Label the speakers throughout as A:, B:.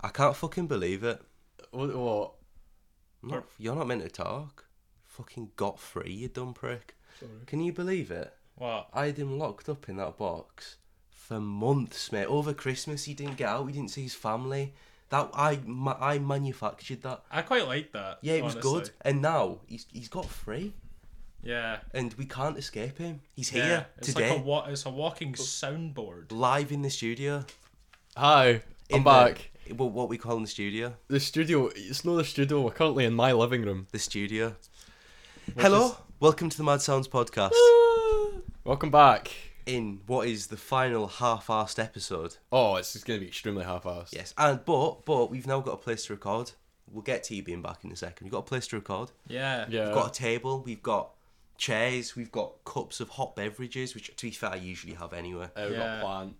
A: I can't fucking believe it.
B: What? what?
A: I'm not- you're not meant to talk. Fucking got free, you dumb prick.
B: Sorry.
A: Can you believe it?
B: What?
A: I had him locked up in that box for months, mate. Over Christmas, he didn't get out. He didn't see his family. That I ma- I manufactured that.
B: I quite like that.
A: Yeah, it was
B: honestly.
A: good. And now he's he's got free,
B: Yeah.
A: and we can't escape him. He's
B: yeah.
A: here
B: it's
A: today,
B: Like a, wa- it's a walking soundboard.
A: live in the studio.
C: Hi,
A: In
C: I'm back.
A: The, well, what we call in the studio,
C: The, studio, it's not the studio, we're currently in my living room.
A: the studio. Hello, welcome to the Mad Sounds podcast.
C: Welcome back.
A: in what is the final half-assed episode.
C: Oh, it's just going to be extremely half assed.
A: Yes, and but but we've now got a place to record. We'll get to you being back in a second. We've got a place to record.
B: Yeah.
C: Yeah.
A: We've got a table. We've got chairs. We've got cups of hot beverages, which to be fair, I usually have anyway.
C: Uh, we've got
B: Yeah.
C: a plant.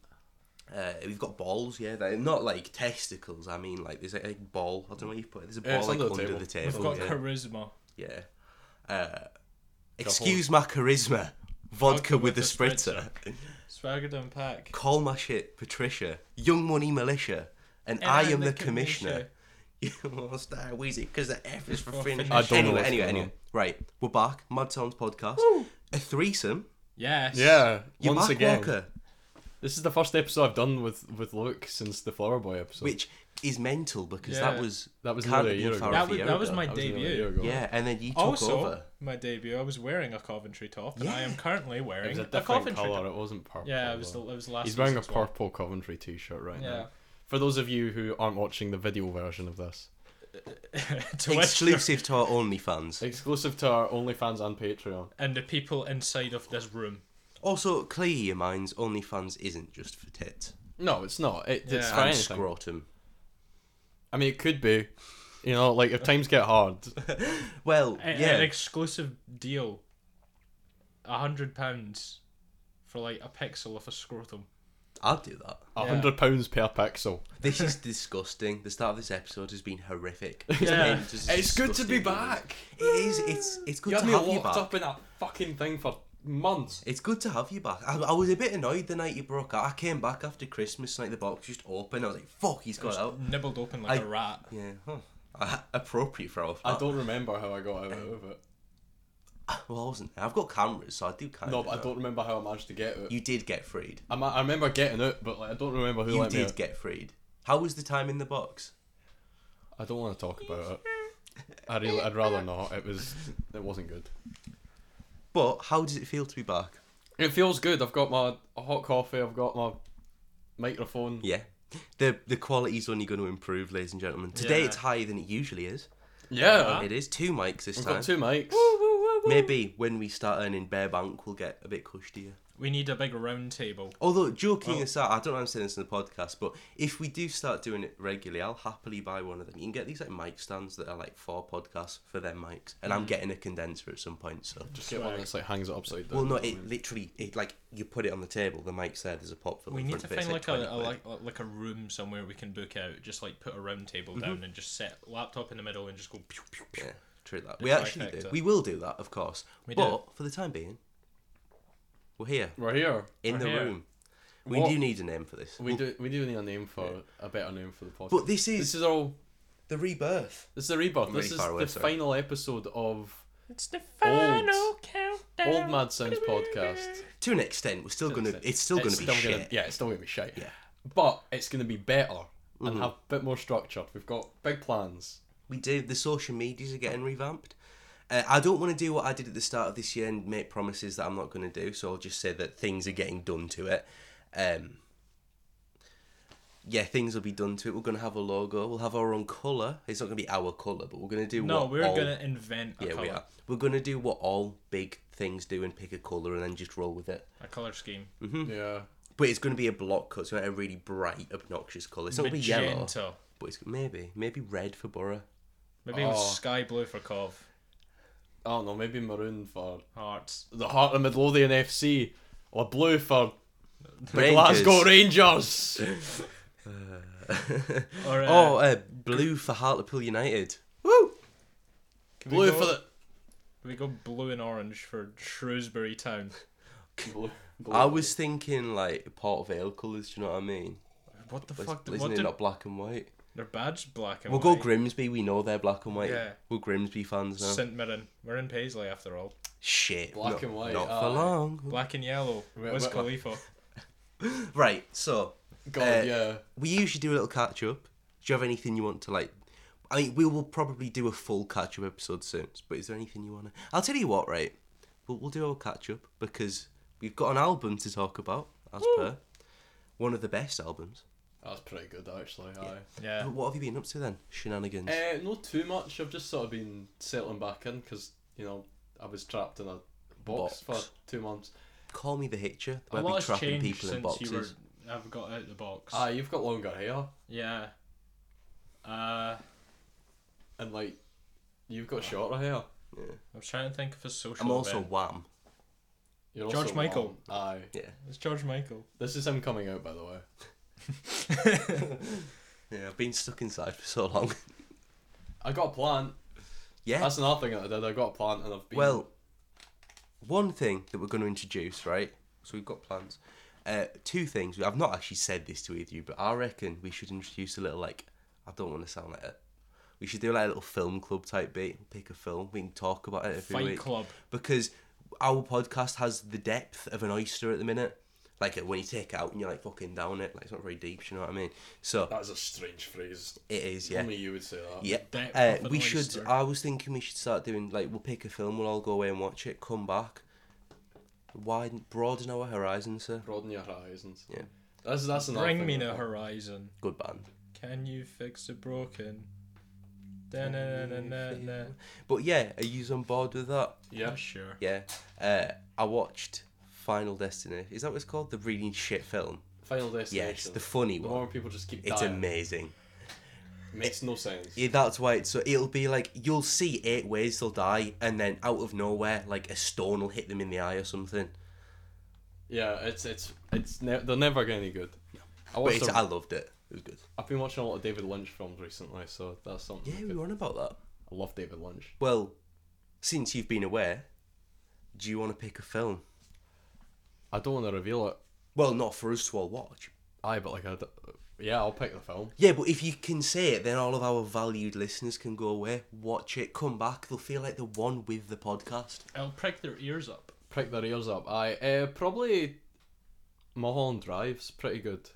A: Uh, we've got balls, yeah. They're not like testicles. I mean, like there's a, a ball. I don't know where you put it. There's a ball
C: Yeah, it's
A: like
C: under
A: under
C: the table.
A: the
B: We've
A: table.
B: got
A: Oh, yeah.
B: charisma.
A: yeah. Uh, excuse my charisma. Vodka, with, a spritzer.
B: Swaggered and pack.
A: Call my shit, Patricia. Young Money Militia, and, I am the commissioner. You want start wheezy because the F is for
B: For
A: finish.
B: finish. I don't know
A: anyway,
C: what's
A: anyway,
C: going
A: anyway.
C: on.
A: Right, we're back. Mad Sounds podcast. A threesome.
B: Yes.
C: Yeah,
A: You're
C: once
A: Mark
C: again.
A: Walker,
C: This is the first episode I've done with, with Luke since the Flower Boy episode.
A: which is mental because
B: Yeah.
A: that was
C: That was
A: Can't
C: nearly
A: be
C: a year
A: far
C: ago.
A: off
B: That
A: a
B: was,
A: year
B: that was
A: ago.
B: my
C: That was nearly a year
B: debut.
C: ago.
A: Yeah, and then you took
B: Also,
A: over.
B: my debut, I was wearing a Coventry top, and I
A: Yeah.
B: am currently
C: It was
B: wearing
C: a
B: Coventry
C: different
B: top.
C: colour, it wasn't purple.
B: Yeah, it was, the,
C: though.
B: it was last
C: He's wearing a
B: season's one.
C: purple Coventry t shirt right
B: Yeah.
C: now. For those of you who aren't watching the video version of this,
B: To which-
A: Exclusive to our OnlyFans.
C: exclusive to our OnlyFans and Patreon.
B: and the people inside of this room.
A: Also, clear your minds. OnlyFans isn't just for tit
C: No, it's not. It, It's
B: Yeah.
C: for
A: and
C: anything.
A: scrotum.
C: I mean, it could be. You know, like if times get hard,
A: Well,
B: A-
A: yeah,
B: An exclusive deal. A hundred pounds for like a pixel of a scrotum.
A: I'll do that.
C: a
B: Yeah.
C: hundred pounds per pixel.
A: This is disgusting. The start of this episode has been horrific.
B: Yeah.
A: It's been just disgusting. It is. It's it's good
C: You
A: to
C: had me
A: have you
C: locked
A: back.
C: up in a fucking thing for months.
A: It's good to have you back. I, I was a bit annoyed the night you broke out. I came back after Christmas, like the box just open. I was like, "Fuck, he's got out."
B: Nibbled open like
A: I-
B: a rat.
A: Yeah, huh. Uh, appropriate for our.
C: I don't remember how I got out of it.
A: Well, I wasn't. I've got cameras, so I do kind
C: No,
A: of.
C: but I
A: know.
C: don't remember how I managed to get it.
A: You did get freed.
C: I, ma- I remember getting it, but like I don't remember who
A: You
C: let me.
A: did
C: out.
A: get freed. How was the time in the box?
C: I don't want to talk about it. I really, I'd rather not. It was, it wasn't good.
A: But how does it feel to be back?
C: It feels good. I've got my hot coffee. I've got my microphone.
A: Yeah, the the quality's only going to improve, ladies and gentlemen. Today
B: Yeah.
A: it's higher than it usually is.
C: Yeah,
A: It is two mics this
C: I've
A: time.
C: got two mics.
A: Maybe when we start earning bare bank, we'll get a bit cushier.
B: We need a big round table.
A: Although joking aside, I don't know if I'm saying this in the podcast, but if we do start doing it regularly, I'll happily buy one of them. You can get these like mic stands that are like for podcasts for their mics, and
C: Mm.
A: I'm getting a condenser at some point. So,
C: Just get one that's like hangs it upside down.
A: well, no, it literally it like you put it on the table, the mic's there, there's a pop filter.
B: We
A: in
B: need
A: front
B: to
A: of it, it's,
B: find like a,
A: 20
B: a
A: quid.
B: like like a room somewhere we can book out. Just like put a round table
A: Mm-hmm.
B: down and just set laptop in the middle and just go. Pew, pew, pew.
A: yeah, true that. We actually do.
B: trifecta.
A: We will do that, of course.
B: We do.
A: but for the time being, we're here
C: We're here.
A: in
B: We're
A: the
B: here.
A: room. We
C: What-
A: do need a name for this.
C: We do we do need a name for a better name for the podcast.
A: But this is
C: this is all
A: the rebirth.
C: this is a rebirth.
A: I'm
C: this
A: really
C: is
A: far away,
C: the
A: sorry.
C: final episode of
B: It's the final
C: final
B: countdown.
C: Old Mad Sounds podcast.
A: To an extent, we're still gonna.
C: extent.
A: It's still gonna be shit.
C: yeah, it's still gonna be shit.
A: Yeah. Mm-hmm.
C: But it's gonna be better and have a bit more structure. We've got big plans.
A: We do. The social medias are getting revamped. Uh, I don't want to do what I did at the start of this year and make promises that I'm not going to do. So I'll just say that things are getting done to it. Um, yeah, things will be done to it. We're going to have a logo. We'll have our own colour. It's not going to be our colour, but we're going to do
B: No,
A: what
B: we're
A: all-
B: gonna invent a
A: Yeah,
B: color,
A: we are. We're going to do what all big things do and pick a colour and then just roll with it.
B: a color scheme.
A: Mm-hmm.
C: Yeah.
A: But it's going to be a block cut, so it's a really bright, obnoxious colour. It's not going to be yellow.
B: Magenta.
A: But it's maybe, maybe red for Borough.
B: Maybe it was
C: Oh.
B: sky blue for Cov.
C: I don't know, maybe maroon for
B: Hearts.
C: the Heart of Midlothian FC or blue for the
A: Rangers.
C: Glasgow Rangers.
B: Or, uh,
A: Oh, uh, blue for Hartlepool United.
B: can we
C: blue
B: go-
C: for the
B: can We go blue and orange for Shrewsbury Town.
C: blue, blue.
A: I was thinking like Port Vale colours. Do you know what I mean?
B: What the
A: But
B: fuck?
A: Isn't
B: what
A: it
B: did,
A: not black and white?
B: Their badge black and
A: We'll go
B: white.
A: Grimsby. We know they're black and white.
B: Yeah.
A: We're Grimsby fans now.
B: St Mirren. We're in Paisley after all.
A: Shit.
C: Black
A: no-
C: and white,
A: Not for
C: aye.
A: long.
B: Black and yellow.
C: Wait, wait,
B: Wiz
C: wait.
B: Khalifa.
A: Right. So
C: God,
A: Uh,
C: yeah.
A: we usually do a little catch up. Do you have anything you want to like? I mean, we will probably do a full catch up episode soon. But is there anything you want to? I'll tell you what, right? We'll, we'll do our catch up because we've got an album to talk about, as per one of the best albums.
C: That's pretty good, actually. Aye.
B: Yeah. Eh,
A: But what have you been up to then? Shenanigans.
C: Uh, not too much. I've just sort of been settling back in because you know I was trapped in a
A: Box.
C: box, for two months.
A: Call me the Hitcher.
B: A
A: Where we
B: lot has
A: trapping
B: changed
A: people in
B: since you were.
A: boxes.
B: I've got out the box.
C: Aye, you've got longer hair
B: yeah. Uh,
C: and like you've got shorter hair.
A: Yeah.
B: I'm trying to think of a social.
A: I'm also
B: event.
A: Wham.
C: You're
B: George
C: also
B: Michael.
C: long. Aye,
A: Yeah.
B: It's George Michael.
C: this is him coming out, by the way.
A: Yeah. I've been stuck inside for so long.
C: I got a plant.
A: yeah.
C: That's another thing that I did. I got a plant and I've been.
A: Eh. Well, one thing that we're going to introduce, right? So we've got plans. Uh, two things. I've not actually said this to either of you, but I reckon we should introduce a little like. I don't want to sound like a. We should do like a little film club type bit. Pick a film. We can talk about it every
B: Fight
A: week
B: Club.
A: because our podcast has the depth of an oyster at the minute. Like when you take it out and you're like fucking down it, like it's not very deep. You know what I mean? So
C: that's a strange phrase.
A: it is, yeah.
C: Only you would say that.
A: Yeah.
B: depth
A: Uh,
B: of an
A: we should.
B: oyster.
A: I was thinking we should start doing like we'll pick a film, we'll all go away and watch it, come back, widen, broaden our horizons, sir.
C: Broaden your horizons.
A: Yeah.
C: That's that's another.
B: Bring
C: thing
B: me
C: that-
B: the horizon.
A: Good band.
B: Can you fix the broken? Da-na-na-na-na.
A: But yeah, are you on board with that?
C: Yeah.
B: Sure.
A: Yeah. Uh, I watched Final Destination. Is that what it's called? The really shit film.
C: Final destination.
A: Yes, the funny
C: The one
A: one.
C: where people just keep
A: It's
C: dying.
A: amazing.
C: Makes no sense.
A: Yeah, that's why. It's, so it'll be like you'll see eight ways they'll die, and then out of nowhere, like a stone will hit them in the eye or something.
C: Yeah, it's it's it's ne- they're never getting any good. I
A: But
C: watched
A: it's,
C: a,
A: I loved it. It was good.
C: I've been watching a lot of David Lynch films recently, so that's something.
A: Yeah,
C: I
A: we
C: could-
A: were on about that.
C: I love David Lynch.
A: Well, since you've been away, do you want to pick a film?
C: I don't want to reveal it.
A: Well, not for us to all watch.
C: Aye, but like I, d- yeah, I'll pick the film.
A: Yeah, but if you can say it, then all of our valued listeners can go away, watch it, come back. They'll feel like the one with the podcast.
B: It'll prick their ears up.
C: Prick their ears up. Aye, uh, probably. Mulholland Drive's pretty good.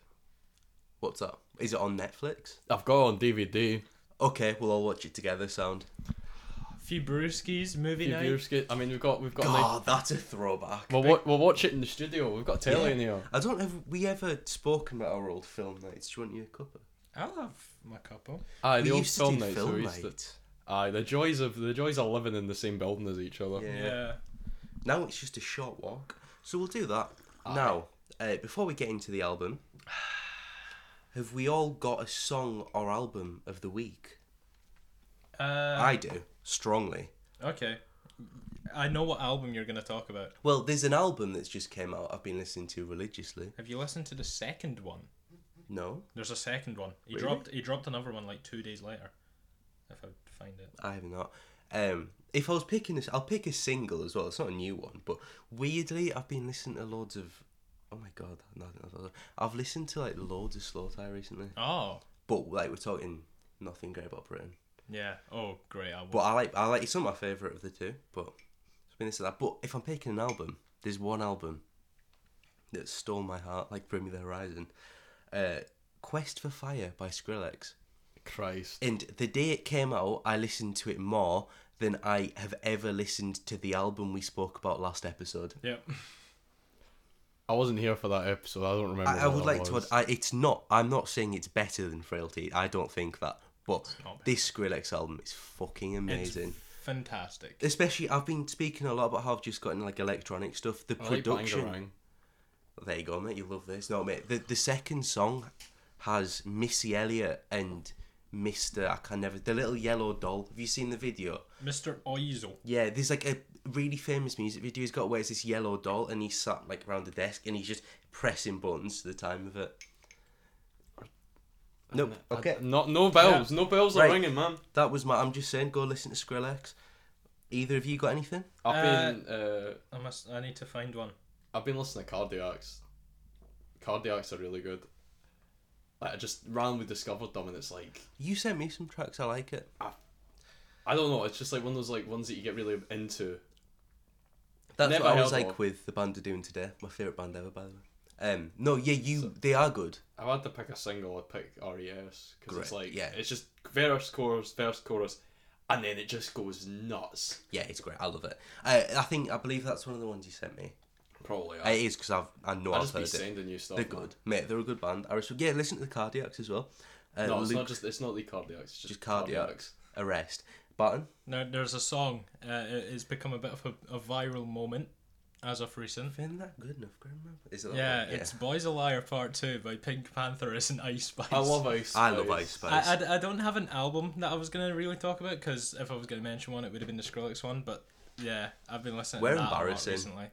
A: What's that? Is it on Netflix?
C: I've got it on DVD.
A: Okay, we'll all watch it together. Sound?
B: Few brewskis movie
C: Few
B: night.
C: beers get- I mean, we've got we've got. a nice-
A: God, that's a throwback.
C: We'll, wa- we'll watch it in the studio. We've got a telly
A: Yeah.
C: in here.
A: I don't have we ever spoken about our old film nights. Do you want your cuppa?
B: I'll have my couple.
C: Aye,
A: we
C: the old
A: used to
C: film
A: do
C: nights. that
A: film
C: we used to-
A: nights.
C: Aye, the joys of the joys of living in the same building as each other.
A: Yeah.
B: Yeah.
A: Now it's just a short walk, so we'll do that. Now, uh, before we get into the album, have we all got a song or album of the week?
B: Uh,
A: I do, strongly.
B: okay. I know what album you're going to talk about.
A: Well, there's an album that's just came out I've been listening to religiously.
B: Have you listened to the second one?
A: No,
B: There's a second one. He
A: Really?
B: dropped. He dropped another one like two days later. If I find it.
A: I have not. Um, if I was picking this, I'll pick a single as well. It's not a new one, but weirdly, I've been listening to loads of. Oh my god, no, no, no, I've listened to like loads of Slow Tie recently,
B: Oh.
A: but like we're talking nothing great about Britain.
B: Yeah. Oh, great album.
A: But I like I like it's not my favourite of the two, but it's been this and that. But if I'm picking an album, there's one album that stole my heart, like Bring Me the Horizon. Uh Quest for Fire by Skrillex.
C: Christ.
A: And the day it came out, I listened to it more than I have ever listened to the album we spoke about last episode.
B: Yep.
C: I wasn't here for that episode. I don't remember.
A: I, I
C: what
A: would
C: that
A: like to add,
C: was.
A: I, it's not, I'm not saying it's better than Frailty, I don't think that. But
B: not better.
A: this Skrillex album is fucking amazing.
B: It's fantastic.
A: especially I've been speaking a lot about how I've just gotten like electronic stuff. The
C: I like
A: production.
C: Bangarang.
A: there you go, mate. You love this. No, mate. The the second song has Missy Elliott and Mister. I can never. The little yellow doll. Have you seen the video?
B: Mr. Oizel.
A: Yeah, there's like a really famous music video he's got where it's this yellow doll and he's sat like around the desk and he's just pressing buttons to the time of it. Nope. Okay.
C: I- no, no bells. No bells
A: Right.
C: are ringing, man.
A: That was my. I'm just saying, go listen to Skrillex. Either of you got anything?
C: I've
B: Uh,
C: been, uh,
B: I must. I need to find one.
C: I've been listening to Cardiacs. Cardiacs are really good. Like I just randomly discovered them, and it's like
A: You sent me some tracks. I like it.
C: I don't know. It's just like one of those like ones that you get really into.
A: That's
C: Never
A: what I was
C: heard
A: like
C: of.
A: with the band are doing today. My favorite band ever, by the way. Um, no, yeah, you. they are good.
C: If I had to pick a single, I'd pick RES because
A: Great,
C: it's like
A: yeah.
C: it's just verse chorus verse chorus, and then it just goes nuts.
A: Yeah, it's great. I love it. I, I think I believe that's one of the ones you sent me. Uh,
C: Probably.
A: It
C: I,
A: is because I've I know
C: I
A: I've
C: just be
A: heard it.
C: sending you stuff.
A: They're
C: man.
A: good, mate. They're a good band. I respect. Yeah, listen to the Cardiacs as well. Uh,
C: No, it's
A: Luke,
C: not just it's not the cardiacs. It's just,
A: just Cardiacs. Arrest. Barton.
B: Now, there's a song. Uh, it- it's become a bit of a, a viral moment as of recent.
A: Isn't that good enough, Grandma? Is it? that
B: Yeah,
A: one?
B: it's Boys a Liar Part 2 by Pink Panther and Ice Spice.
C: I love Ice.
A: I love
C: Spice.
A: Ice Spice.
B: I, I, I don't have an album that I was going to really talk about because if I was going to mention one, it would have been the Skrillex one, but yeah, I've been listening
A: We're
B: to that
A: embarrassing.
B: a lot recently.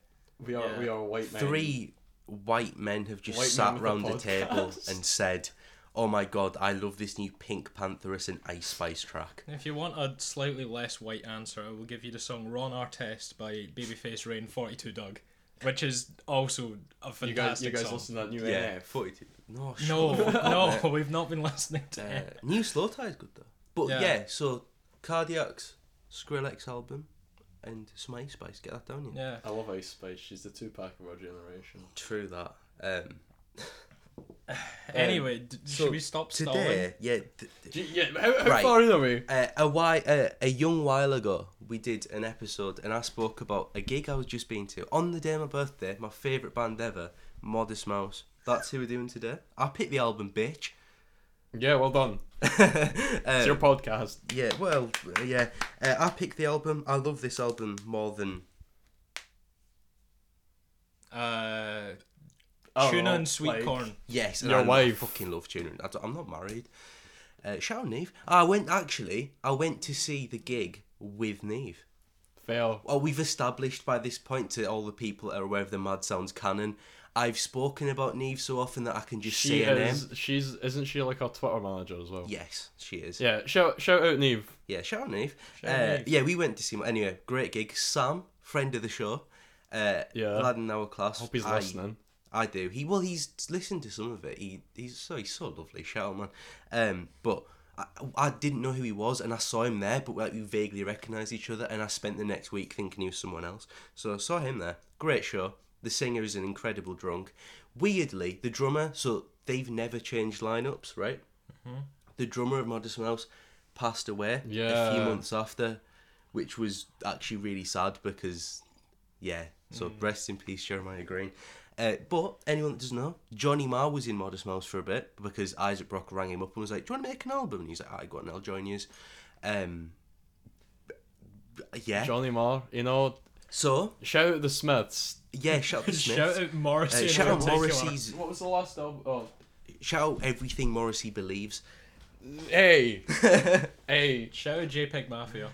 C: We are
B: Yeah.
C: we are white men.
A: Three white men have just
C: White men
A: sat
C: with a
A: round a table
C: podcast.
A: and said, "Oh my God, I love this new Pink Pantheress and Ice Spice track."
B: If you want a slightly less white answer, I will give you the song Ron Artest by Babyface Rain 42 Doug, which is also a
C: You guys,
B: fantastic
C: you guys
B: song.
C: listen to that new
A: Yeah,
C: NF.
A: forty-two. No,
B: No,
A: shut up.
B: no, we've not been listening to
A: Uh,
B: it.
A: new slow tie is good though. But yeah.
B: Yeah.
A: so Cardiac's Skrillex album and some Ice Spice. Get that down, you.
B: Yeah.
C: I love Ice Spice. She's the two pack of our generation.
A: True that. Um,
B: Anyway, d-
A: so
B: should we stop stalling?
A: today, yeah. th- th-
C: yeah, how, how
A: Right.
C: far in are we?
A: uh, a while, uh, a young while ago, we did an episode, and I spoke about a gig I was just been to on the day of my birthday. My favorite band ever, Modest Mouse. That's who we're doing today. I picked the album, bitch.
C: Yeah, well done.
A: Uh,
C: It's your podcast.
A: Yeah, well, uh, yeah. Uh, I picked the album. I love this album more than
B: Uh,
C: I
A: Oh,
C: don't
B: tuna
C: know,
B: and sweet
C: like-
B: corn.
A: yes. and
C: Your
A: I,
C: wife.
A: I fucking love tuna. I don't- I'm not married. Uh, shout out Neve. I went actually. I went to see the gig with Neve.
C: Fail.
A: Well, we've established by this point to all the people that are aware of the Mad Sounds canon. I've spoken about Neve so often that I can just
C: She
A: say her name.
C: is. She's isn't she like our Twitter manager as well?
A: Yes, she is. Yeah,
C: Yeah. Shout shout out Neve.
A: shout out Neve.
B: out
A: Uh,
B: Neve.
A: Yeah, we went to see. Anyway, great gig. Sam, friend of the show. Uh,
C: Yeah.
A: lad in our class.
C: Hope he's
A: I-
C: listening.
A: I do. He well, he's listened to some of it. He he's so he's so lovely. Shout out, man. Um, but I, I didn't know who he was, and I saw him there, but like, we vaguely recognised each other. And I spent the next week thinking he was someone else. So I saw him there. Great show. The singer is an incredible drunk. Weirdly, the drummer. So they've never changed lineups, right? The drummer of Modest Mouse passed away a few
C: Yeah.
A: months after, which was actually really sad because yeah. So
B: Mm.
A: rest in peace, Jeremiah Green. Uh, but anyone that doesn't know, Johnny Marr was in Modest Mouse for a bit because Isaac Brock rang him up and was like, "Do you want to make an album?" And he's like, "I got an, I'll join you." Um, b- b- yeah.
C: Johnny Marr. You know.
A: so
C: Shout out the Smiths.
A: yeah, shout out to Smith.
B: Shout out Morrissey.
A: Uh,
B: in
A: shout out
B: particular.
A: Morrissey's.
C: What was the last album? Oh.
A: Shout out everything Morrissey believes.
C: Hey. hey.
B: Shout out JPEG Mafia.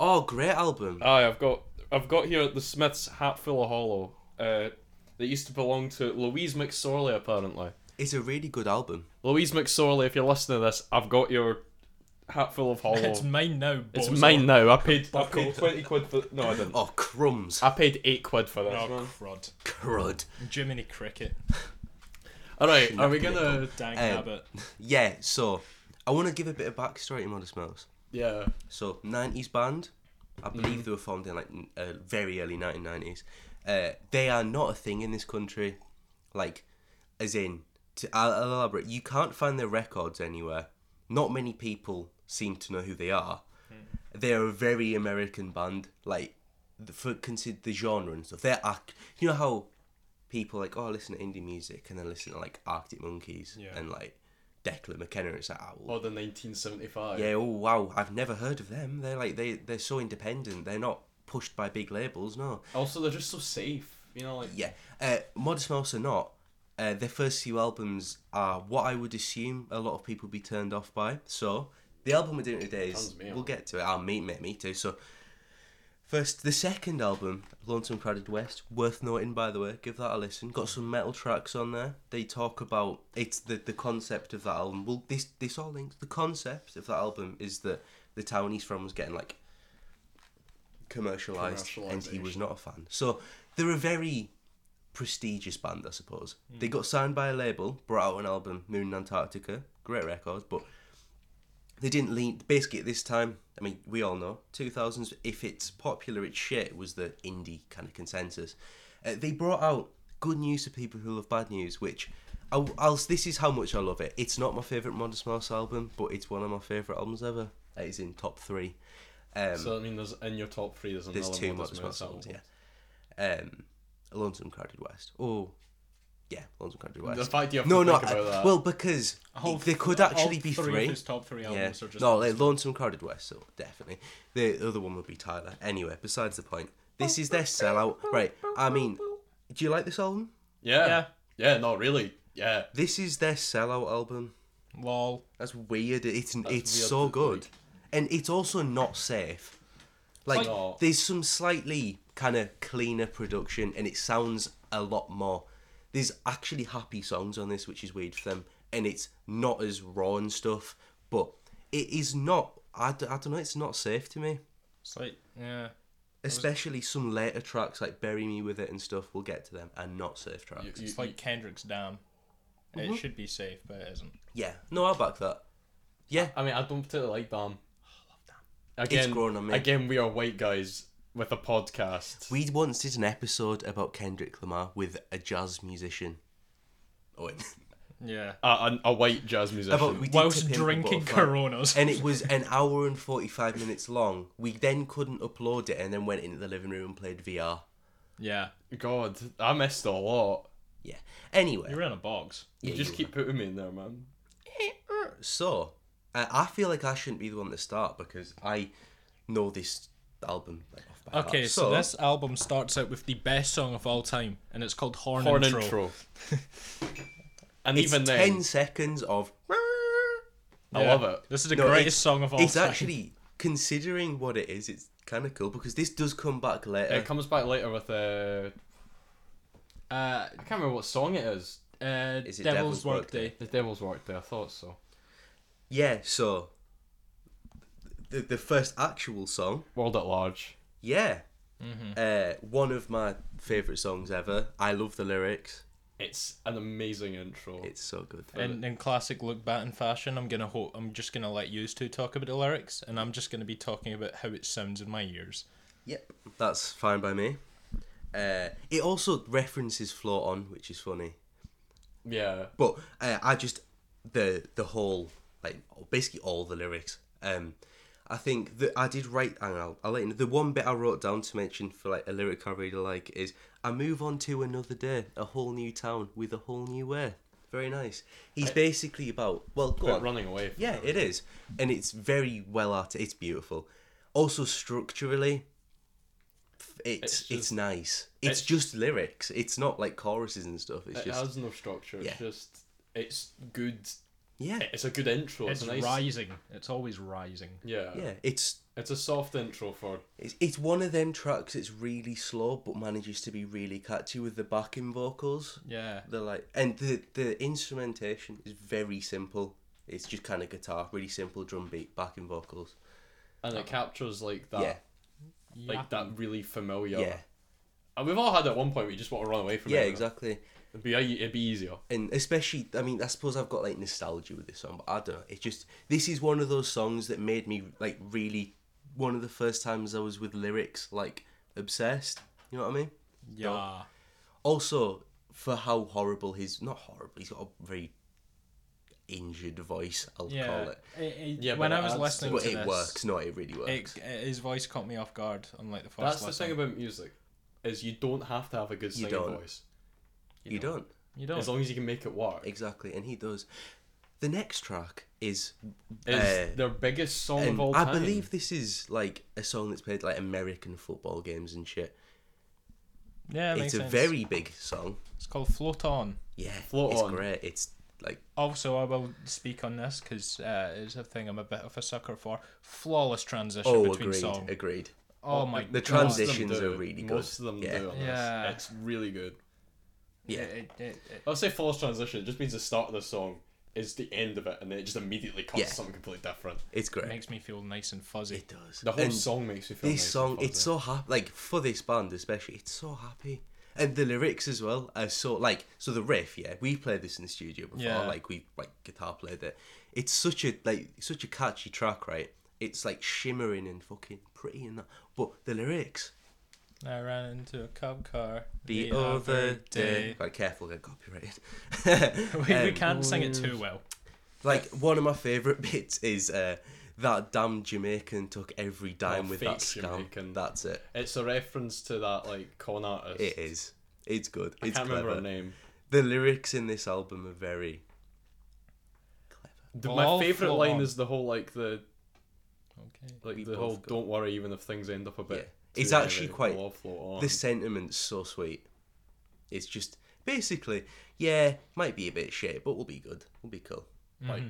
A: Oh, great
B: Uh,
A: album.
C: Aye, I've got I've got here the Smiths Hatful of Hollow. Uh, that used to belong to Louise McSorley apparently.
A: It's a really good album.
C: Louise McSorley, if you're listening to this, I've got your Hatful of
A: Oh.
C: Hollow.
B: It's mine now.
C: It's
B: bozo.
C: mine now. I paid, I
B: Buckle.
C: paid twenty quid for. No, I didn't.
A: Oh,
B: Uh,
A: crumbs,
C: I paid eight quid for this.
B: Oh, crud.
A: crud.
B: Jiminy Cricket. Oh,
C: All right, are we
A: Shouldn't have
C: gonna?
B: Dang
A: Um,
B: Abbott.
A: Yeah. So I want to give a bit of backstory to Modest Mouse.
C: Yeah,
A: So nineties band, I believe they were formed in like n- uh, very early nineteen nineties. Uh, they are not a thing in this country, like as in. To, I'll, I'll elaborate. You can't find their records anywhere. Not many people seem to know who they are. They're a very American band, like th- for consider the genre and stuff. They're arc- you know how people like oh I listen to indie music and then listen to like Arctic Monkeys
B: Yeah.
A: and like Declan McKenna. It's like oh, well,
C: or the nineteen seventy five.
A: yeah, oh wow, I've never heard of them. They're like they they're so independent. They're not pushed by big labels, no.
C: Also, they're just so safe. You know, like
A: Yeah. Uh Modest Mouse or not, uh, their first few albums are what I would assume a lot of people would be turned off by. So the album we're doing today is
C: Turns me
A: we'll
C: on.
A: get to it. I'll meet me, me too. So First, the second album, Lonesome Crowded West, worth noting by the way. Give that a listen. Got some metal tracks on there. They talk about it's the the concept of that album. Well, this this all links. The concept of that album is that the town he's from was getting like commercialized, and he was
C: Commercialisation.
A: not a fan. So they're a very prestigious band, I suppose. They got signed by a label, brought out an album, Moon in Antarctica, great record, but they didn't lean. Basically, at this time, I mean, we all know, 2000s, if it's popular, it's shit, was the indie kind of consensus. Uh, they brought out good news to people who love bad news, which I, I'll, this is how much I love it. It's not my favourite Modest Mouse album, but it's one of my favourite albums ever. It is in top three. Um,
C: So I mean, there's in your top three. There's another
A: there's two
C: one that's
A: Modest
C: my
A: Mouse albums,
C: album.
A: yeah. Um, Lonesome Crowded West. Oh, yeah, Lonesome Crowded West.
C: The fact you have
A: no,
C: to
A: no,
C: think about
A: I-
C: that.
A: well, because
B: All
A: there
B: th-
A: could
B: all
A: actually be
B: three.
A: three.
B: Of his top three
A: Yeah.
B: albums are just
A: No, like Lonesome Crowded West, so definitely. The other one would be Tyler. Anyway, besides the point, this is their sellout. Right, I mean, do you like this album?
C: yeah, yeah, no, really, yeah.
A: This is their sellout album.
B: lol.
A: That's weird. It's it's
C: weird
A: so
C: to
A: good, and it's also not safe. Like
C: No.
A: there's some slightly kind of cleaner production, and it sounds a lot more. There's actually happy songs on this, which is weird for them, and it's not as raw and stuff. But it is not. I, d- I don't know. It's not safe to me.
B: It's like yeah.
A: Especially some later tracks like "Bury Me with It" and stuff. We'll get to them, and not safe tracks.
C: You-
B: It's like Kendrick's Dam. It should be safe, but it isn't.
A: yeah, no, I'll back that.
C: I mean, I don't particularly like Dam. Again,
A: grown on me.
C: Again, we are white guys with a podcast.
A: We once did an episode about Kendrick Lamar with a jazz musician. Oh, wait.
B: Yeah.
C: A, a, a white jazz musician.
A: About- we did tip
B: Whilst
A: him for
B: drinking
A: butterfly.
B: Coronas.
A: And it was an hour and 45 minutes long. We then couldn't upload it and then went into the living room and played VR.
B: yeah.
C: God, I missed a lot.
A: Yeah. Anyway,
B: You were in a box.
C: You
A: Yeah,
C: just
A: you
C: keep putting me in there, man.
A: so I I feel like I shouldn't be the one to start because I know this album. Like, off
C: Ah,
A: by heart.
B: Okay, so, this album starts out with the best song of all time, and it's called Horn,
C: Horn
B: Intro.
C: intro. and
A: It's 10
C: even then,
A: seconds of.
C: I love it.
B: This is the
A: No, it's-
B: greatest song of all
A: It's
B: time.
A: actually, considering what it is, it's kind of cool because this does come back later.
C: It comes back later with Uh,
B: uh,
C: I can't remember what song it is.
B: uh,
A: Is
B: Devil's,
A: it Devil's Workday?
B: Workday.
C: The Devil's Work Day, I thought so.
A: Yeah, so the the first actual song,
C: World at Large.
A: yeah, uh, one of my favorite songs ever. I love the lyrics.
C: It's an amazing intro.
A: It's so good.
B: In, in classic look baton fashion, I'm gonna hope I'm just gonna let you two talk about the lyrics, and I'm just gonna be talking about how it sounds in my ears.
A: Yep, that's fine by me. Uh, it also references Float On, which is funny.
C: yeah.
A: But uh, I just the the whole like basically all the lyrics. Um, I think that I did write. Hang on, I'll, I'll let you know. The one bit I wrote down to mention for like a lyric I really like is "I move on to another day, a whole new town with a whole new way." Very nice. He's basically about well, go
C: But
A: on.
C: running away. From
A: Yeah, it is, and it's very well art. It's beautiful. Also structurally, f- it's it's,
C: It's just-
A: nice. It's,
C: it's-
A: just lyrics. It's not like choruses and stuff. It's
C: It
A: just
C: has no structure.
A: Yeah.
C: It's just. It's good.
A: yeah,
C: It's a good intro. It's,
B: It's
C: a nice.
B: rising. It's always rising.
C: Yeah.
A: yeah. It's
C: It's a soft intro for.
A: It's, it's one of them tracks that's really slow but manages to be really catchy with the backing vocals.
B: Yeah.
A: They're like, and the the instrumentation is very simple. It's just kind of guitar, really simple drum beat, backing vocals.
C: And
B: Uh,
C: it captures like that.
A: Yeah,
C: Like that really familiar.
A: yeah,
C: And we've all had at one point we just want to run away from
A: yeah,
C: it.
A: exactly.
C: It'd be, it'd be easier.
A: And especially, I mean, I suppose I've got like nostalgia with this song, but I don't know. It's just this is one of those songs that made me like really one of the first times I was with lyrics like obsessed. You know what I mean?
B: Yeah.
A: Also, for how horrible his not horrible, he's got a very injured voice. I'll
B: Yeah.
A: call it.
B: It- it-
C: Yeah,
B: when
C: but
B: I
C: it
B: was
C: adds to
B: listening
A: But
B: to
A: it
B: this,
A: works. No, it really works.
B: it- it- his voice caught me off guard. Unlike the first.
C: That's the
B: listen.
C: thing about music, is you don't have to have a good singing
A: don't.
C: voice
A: you don't
B: You don't.
C: as long as you can make it work.
A: exactly, and he does. The next track is,
C: It's
A: uh,
C: their biggest song
A: um,
C: of all time.
A: I believe this is like a song that's played at, like American football games and shit.
B: yeah, it
A: it's
B: makes
A: a
B: sense.
A: very big song.
B: It's called Float On.
A: Yeah,
C: Float
A: it's
C: On.
A: great. It's like
B: Also, I will speak on this because uh, it's a thing I'm a bit of a sucker for. Flawless transition
A: oh,
B: between
A: agreed,
B: songs.
A: agreed.
B: Oh my
A: the
B: god.
C: Most of them
A: transitions
C: do.
A: are really good.
C: Most of them
A: Yeah.
C: do. On
B: Yeah.
C: This. It's really good.
A: Yeah,
B: It- it- it-
C: I'll say false transition. It just means the start of the song is the end of it, and then it just immediately cuts
A: Yeah.
C: to something completely different.
A: it's
B: it
A: great.
B: makes me feel nice and fuzzy.
A: It does.
C: The whole
A: And
C: song makes you feel.
A: this
C: nice
A: song
C: and
A: it's
C: fuzzy.
A: so happy like for this band especially it's so happy and the lyrics as well are so like so the riff yeah we played this in the studio before
B: Yeah.
A: like we like guitar played it it's such a like such a catchy track right it's like shimmering and fucking pretty and that but the lyrics
B: I ran into a cop car
A: the, other day, quite careful get copyrighted
B: We, we
A: Um,
B: can't sing it too well.
A: Like one of my favourite bits is uh, that damn Jamaican took every dime
C: Oh,
A: with
C: fake
A: that scam.
C: Jamaican.
A: That's it.
C: It's a reference to that like con artist.
A: It is. It's good.
C: I
A: It's
C: can't
A: clever.
C: remember her name.
A: The lyrics in this album are very
C: The-
B: Well, I'll
C: my favorite
B: float
C: line
B: on.
C: is the whole like the
B: Okay.
C: like
A: We
C: the
A: both
C: whole
A: got-
C: "Don't worry, even if things end up a bit."
A: Yeah. It's
C: too
A: actually
C: heavy,
A: quite-
C: we'll all float on."
A: the sentiment's so sweet. It's just basically, yeah, might be a bit shit, but we'll be good. We'll be cool.
C: Like,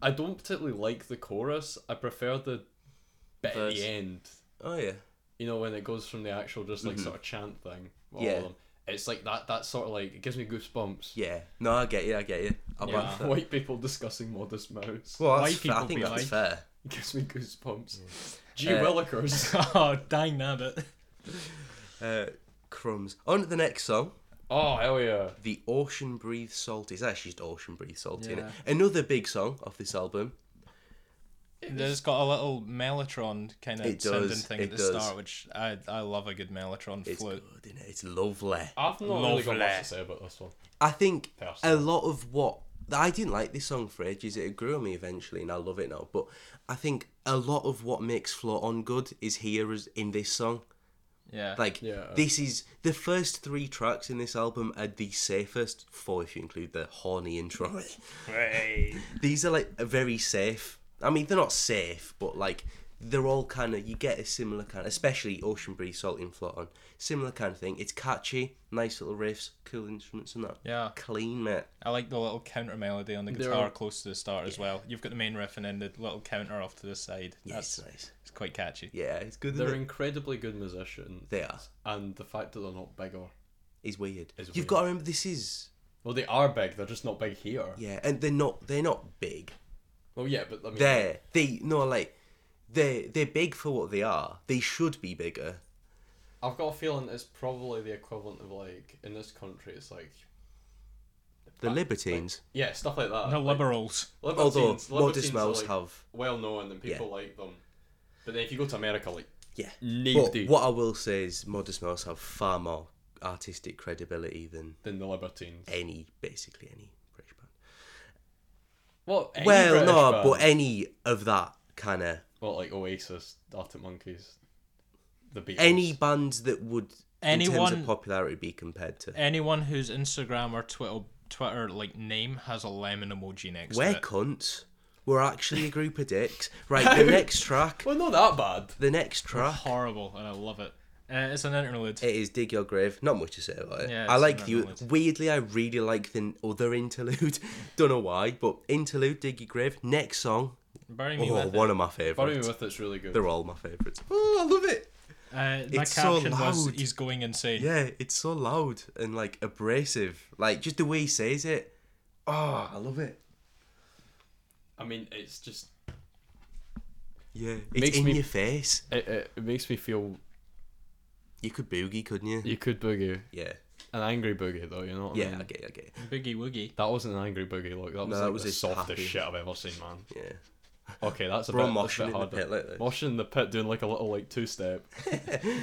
C: I don't particularly like the chorus. I prefer the bit at
A: Verse.
C: the end.
A: Oh yeah.
C: You know when it goes from the actual just like sort of chant thing. with All
A: Mm-hmm. Yeah.
C: of them. It's like that. That sort of like it gives me goosebumps.
A: Yeah. No, I get you, I get you. I
B: Yeah.
A: yeah.
C: White people discussing Modest Mouse.
A: Well,
B: Why
A: that's fa- I
B: people
A: think
B: be
A: that's
B: like-
A: fair.
C: It gives me goosebumps. Gee
A: Uh,
C: Willikers.
B: oh, dang nabbit.
A: Uh, crumbs. On to the next song.
C: Oh hell yeah.
A: The Ocean Breathe Salty. It's actually just Ocean Breathe Salty in it.
B: Yeah.
A: Another big song off this album.
B: It's got a little Mellotron kind of
A: It
B: sounding
A: does,
B: thing
A: it
B: at the
A: does.
B: start, which I, I love a good Mellotron
A: It's
B: flute.
A: good, innit? It's lovely.
C: I've not really got much
B: Lovely.
C: to say about this one.
A: I think
C: Personally.
A: a lot of what I didn't like this song for ages. It grew on me eventually, and I love it now. But I think a lot of what makes Float On good is here as in this song.
B: Yeah.
A: Like
C: Yeah.
A: this is the first three tracks in this album are the safest. Four if you include the horny intro. These are like very safe. I mean, they're not safe, but like they're all kind of you get a similar kind, especially Ocean Breeze, Salt and Float on similar kind of thing. It's catchy, nice little riffs, cool instruments and that.
B: Yeah.
A: Clean mate.
B: I like the little counter melody on the
C: There
B: guitar
C: are-
B: close to the start as well. You've got the main riff and then the little counter off to the side.
A: Yeah,
B: That's
A: it's nice.
B: it's quite catchy.
A: Yeah, it's good.
C: They're
A: Isn't it?
C: incredibly good musicians,
A: They are.
C: and the fact that they're not bigger.
A: It's weird.
C: It's
A: You've
C: weird.
A: got to remember this is
C: Well, they are big. They're just not big here.
A: yeah, and they're not they're not big.
C: Well, yeah, but I mean,
A: They're they no like they they're big for what they are. They should be bigger.
C: I've got a feeling it's probably the equivalent of like in this country, it's like
A: The Libertines,
C: yeah, stuff like that.
B: The
C: like,
B: liberals.
A: although Modest
C: Libertines- Libertines are,
A: Mouse
C: like,
A: have
C: well known and people like them, but then if you go to America, like
A: yeah.
C: Nobody.
A: But what I will say is Modest Mouse have far more artistic credibility than
C: then the Libertines.
A: any basically any British band.
C: Well, any
A: well,
C: British
A: no,
C: band.
A: but any of that kind of
C: well, like Oasis, Arctic Monkeys, the Beatles.
A: any bands that would in terms
B: Anyone-
A: of popularity be compared to.
B: Anyone whose Instagram or Twitter Twitter like name has a lemon emoji next
A: We're
B: to it.
A: cunts. We're actually a group of dicks. Right, the next track.
C: Well, not that bad.
A: The next track.
B: Horrible and I love it. Uh, it's an interlude.
A: It is dig your grave. Not much to say about it.
B: Yeah,
A: I
B: it's
A: like
B: not
A: the
B: much.
A: weirdly. I really like the other interlude. Don't know why, but interlude dig your grave. Next song.
B: Bury me
A: Oh,
B: with
A: one of my
C: Bury me
A: favorites.
C: with it's really good.
A: They're all my favorites. Oh, I love it.
B: it. Uh, my
A: It's so
B: caption was
A: loud.
B: he's going insane.
A: Yeah, it's so loud and like abrasive. Like just the way he says it. Oh, I love it.
C: I mean, it's just
A: Yeah, it's
C: Makes
A: in
C: me-
A: your face.
C: it, it, it makes me feel
A: You could boogie, couldn't you?
C: you could boogie
A: Yeah. Mm.
C: an angry boogie though. You know what I
A: Yeah,
C: mean?
A: I get it, I get it.
B: Boogie woogie.
C: That wasn't an angry boogie look. That was,
A: No,
C: like
A: that was
C: the
A: his
C: softest
A: happy.
C: shit I've ever seen, man.
A: Yeah.
C: Okay, that's a
A: Bro,
C: bit, that's a
A: moshing
C: bit
A: in the
C: harder.
A: pit like this.
C: Moshing in the pit, doing like a little like two step.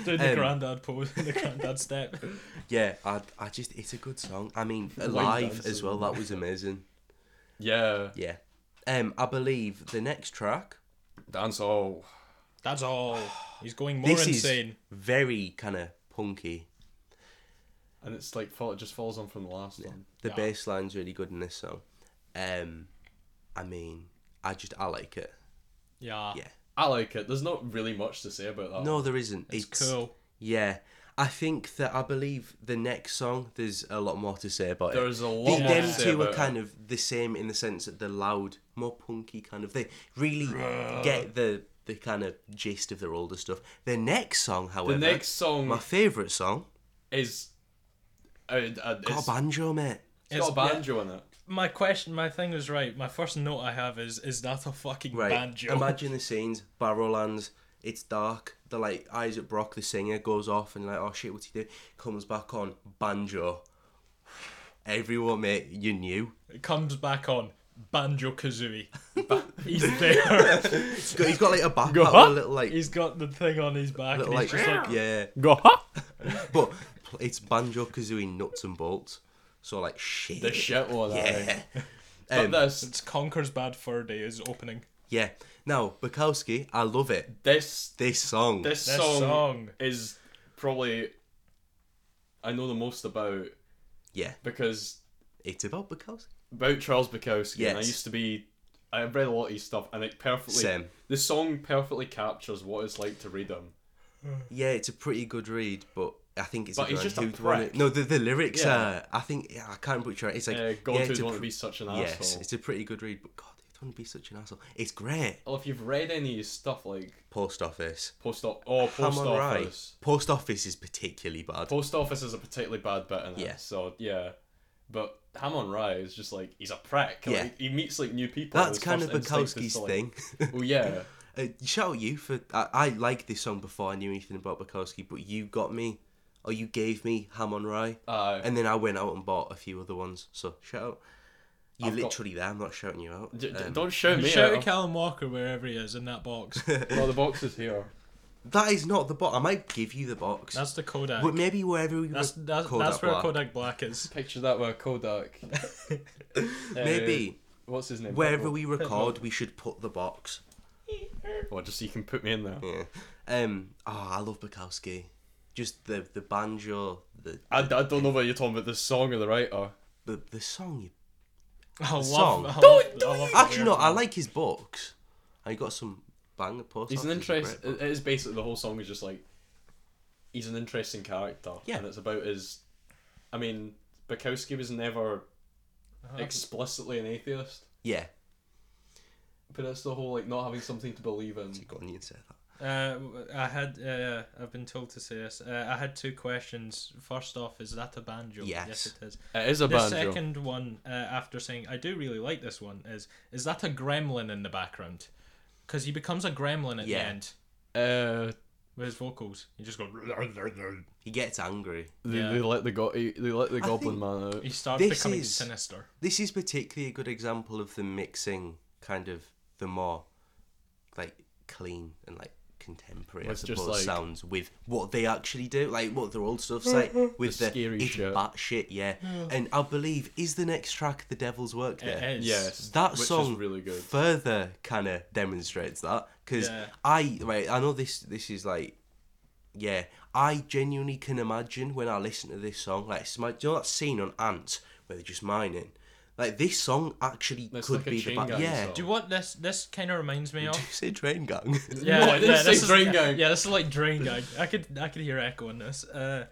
B: Doing the
A: Um,
B: granddad pose, the granddad step.
A: Yeah, I, I just it's a good song. I mean, live as
C: dancing.
A: well. That was amazing.
C: Yeah,
A: Yeah. Um, I believe the next track.
C: dance all.
B: That's all. He's going more
A: this
B: insane.
A: is very kind of punky.
C: And it's like fall, it just falls on from the last one.
A: The
B: Yeah.
A: bass line's really good in this song. Um, I mean, I just I like it.
B: Yeah.
A: Yeah.
C: I like it. There's not really much to say about that.
A: No, there isn't.
B: Oh, It's, cool.
A: Yeah. I think that I believe the next song. There's a lot more to say about it.
C: There's a
A: The,
C: lot more to
A: them
C: say
A: two are
C: about
A: kind of the same in the sense that they're loud, more punky kind of. They really get the the kind of gist of their older stuff. Their next song,
C: it.
A: however,
C: The next song
A: my favourite song,
C: is. Uh, uh, it's,
A: got a banjo, mate.
C: it's got a
B: It's- yeah.
C: banjo in it.
B: My question, my thing was right. My first note I have is, is that a fucking
A: Right,
B: banjo?
A: imagine the scenes, Barrowlands. It's dark. the like Isaac Brock, the singer, goes off and you're like, oh shit, what's he do? Comes back on banjo. Everyone, mate, you knew.
B: It comes back on Banjo Kazooie. he's there.
A: He's got, he's got like a backpack, with
C: huh?
A: a little like,
B: he's got the thing on his back,
A: little,
B: and
A: like,
B: he's just like,
A: yeah.
C: Go
A: But it's banjo kazooie nuts and bolts. So like shit.
C: The shit was
A: Yeah.
C: But
A: Um,
C: this
B: "It's Conker's Bad Fur Day is opening."
A: Yeah. Now Bukowski, I love it.
C: this
A: This song.
C: this,
B: This
C: song,
B: song.
C: is probably I know the most about
A: Yeah.
C: because
A: It's about Bukowski.
C: about Charles Bukowski. and I
A: Yes.
C: used to be. I've read a lot of his stuff, and it perfectly.
A: Same.
C: The song perfectly captures what it's like to read him.
A: Yeah, it's a pretty good read, but I think it's
C: But he's
A: good
C: just a
A: who'd wanna-
C: prick.
A: No, the, the lyrics
C: Yeah.
A: are. I think yeah, I can't butcher it. It's like
C: Uh, God,
A: yeah,
C: who'd
A: it's a
C: want to
A: pr-
C: be such an
A: Yes,
C: asshole?
A: it's a pretty good read, but God, who'd want to be such an asshole? It's great.
C: Well, if you've read any of his stuff, like
A: Post office.
C: post op, oh,
A: Am
C: post
A: I right?
C: office.
A: Post office is particularly bad.
C: Post office is a particularly bad bit in it.
A: Yeah.
C: So yeah, but Hamon Rye is just like he's a prick.
A: Yeah.
C: Like, he meets like new people. and
A: That's
C: his
A: kind of
C: first instinct
A: Bukowski's
C: is to, like-
A: thing.
C: Oh yeah.
A: Uh, shout out you for I, I liked this song before I knew anything about Bukowski, but you got me, or you gave me Ham on Rye,
C: Uh,
A: and then I went out and bought a few other ones. So shout out, you're
C: I've got-
A: literally there. I'm not shouting you out.
C: d- d-
A: Um,
C: don't shout me
B: Shout
C: out.
B: at Callum Walker wherever he is in that box.
C: well, the box is here.
A: that is not the box. I might give you the box,
B: That's the Kodak.
A: but maybe wherever we
B: That's
A: rec-
B: that's,
A: call
B: that's
A: that
B: where
A: black,
B: Kodak Black is.
C: Picture that with a Kodak. Uh,
A: maybe
C: What's his name?
A: wherever we record, we should put the box.
C: Or Oh, just so you can put me in there.
A: Yeah. Um. Oh, I love Bukowski. Just the the banjo, the
C: I, I don't know whether you're talking about the song or the writer.
A: the, the song you
B: I love.
A: song.
B: I love,
C: Don't-
B: I love the
A: Actually, no.
B: lyrics.
A: I like his books. I got some banger post.
C: He's an
A: office
C: interest.
A: great book.
C: It it is basically the whole song is just like he's an interesting character.
A: Yeah.
C: And it's about his. I mean, Bukowski was never explicitly an atheist,
A: Yeah.
C: but it's the whole like not having something to believe in.
A: You go on, you can say that.
B: Uh, I had. Uh, I've been told to say this. Uh, I had two questions. First off, is that a banjo?
A: Yes.
B: it is.
C: It is a
B: The
C: banjo.
B: second one, uh, after saying I do really like this one, is is that a gremlin in the background? Because he becomes a gremlin at
A: Yeah.
B: the end
C: Uh,
B: with his vocals. He just goes.
A: He gets angry.
C: they,
B: Yeah.
C: they let the go- eh, they let the goblin
A: think-
C: man out.
B: He starts
A: This
B: becoming
A: is-
B: sinister.
A: This is particularly a good example of the mixing kind of the more like clean and like contemporary I
C: It's just
A: suppose
C: like-
A: sounds with what they actually do, like what their old stuff's like with
C: The
A: the,
C: scary
A: it's
C: shit.
A: bat shit, yeah. and I believe is the next track the devil's work there.
B: It is.
C: Yes,
A: that
C: which
A: song
C: is really good.
A: further kind of demonstrates that because
B: Yeah.
A: I right I know this this is like yeah I genuinely can imagine when I listen to this song like it's my, do you know that scene on Ant where they're just mining like this song actually
C: It's
A: could
C: like a
A: be the
C: chain
A: back
C: gang
A: yeah
C: song.
B: Do you want this? This kind of reminds me of.
A: you say train gang
B: Yeah,
C: No, I didn't
B: yeah,
C: say
B: this is,
C: drain gang.
B: Yeah, this is like drain gang. I could I could hear echo on this. Uh,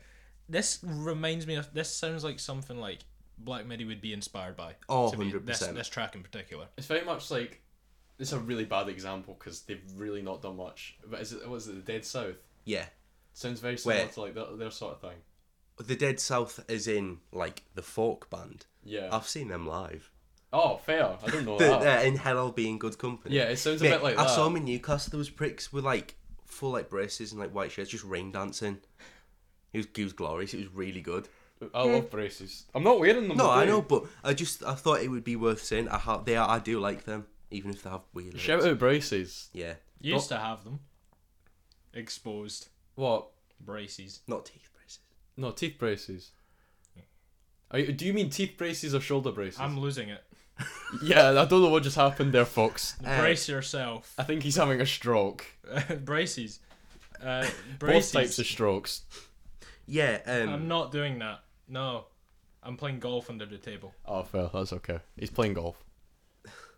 B: this reminds me of this sounds like something like Black Midi would be inspired by.
A: Oh,
B: to be- this,
A: 100%.
B: this track in particular.
C: It's very much like it's a really bad example because they've really not done much. But is it was it the Dead South?
A: yeah
C: Sounds very similar
A: Where?
C: to like their, their sort of thing.
A: the Dead South is in like the folk band
C: Yeah.
A: I've seen them live
C: Ah. oh, fair. I don't know
A: the,
C: that.
A: uh, in Hell I'll Be in Good Company.
C: Yeah, it sounds a
A: Mate,
C: bit like
A: I
C: that.
A: saw him in Newcastle. There was pricks with like full like braces and like white shirts, just rain dancing. It was, it was glorious. It was really good.
C: I love braces. I'm not wearing them.
A: No,
C: but
A: I
C: they-
A: know, but I just I thought it would be worth saying. I ha- they are, I do like them, even if they have weird. lyrics.
C: Shout out braces.
A: Yeah,
B: You used to have them exposed
C: What?
B: braces.
A: not teeth braces.
C: No, teeth braces. Are you, do you mean teeth braces or shoulder braces?
B: I'm losing it.
C: Yeah, I don't know what just happened there, folks.
A: Uh,
B: Brace yourself.
C: I think he's having a stroke.
B: braces. Uh, braces.
C: Both types of strokes.
A: Yeah, um,
B: I'm not doing that. No, I'm playing golf under the table.
C: Oh, fair. That's okay. He's playing golf.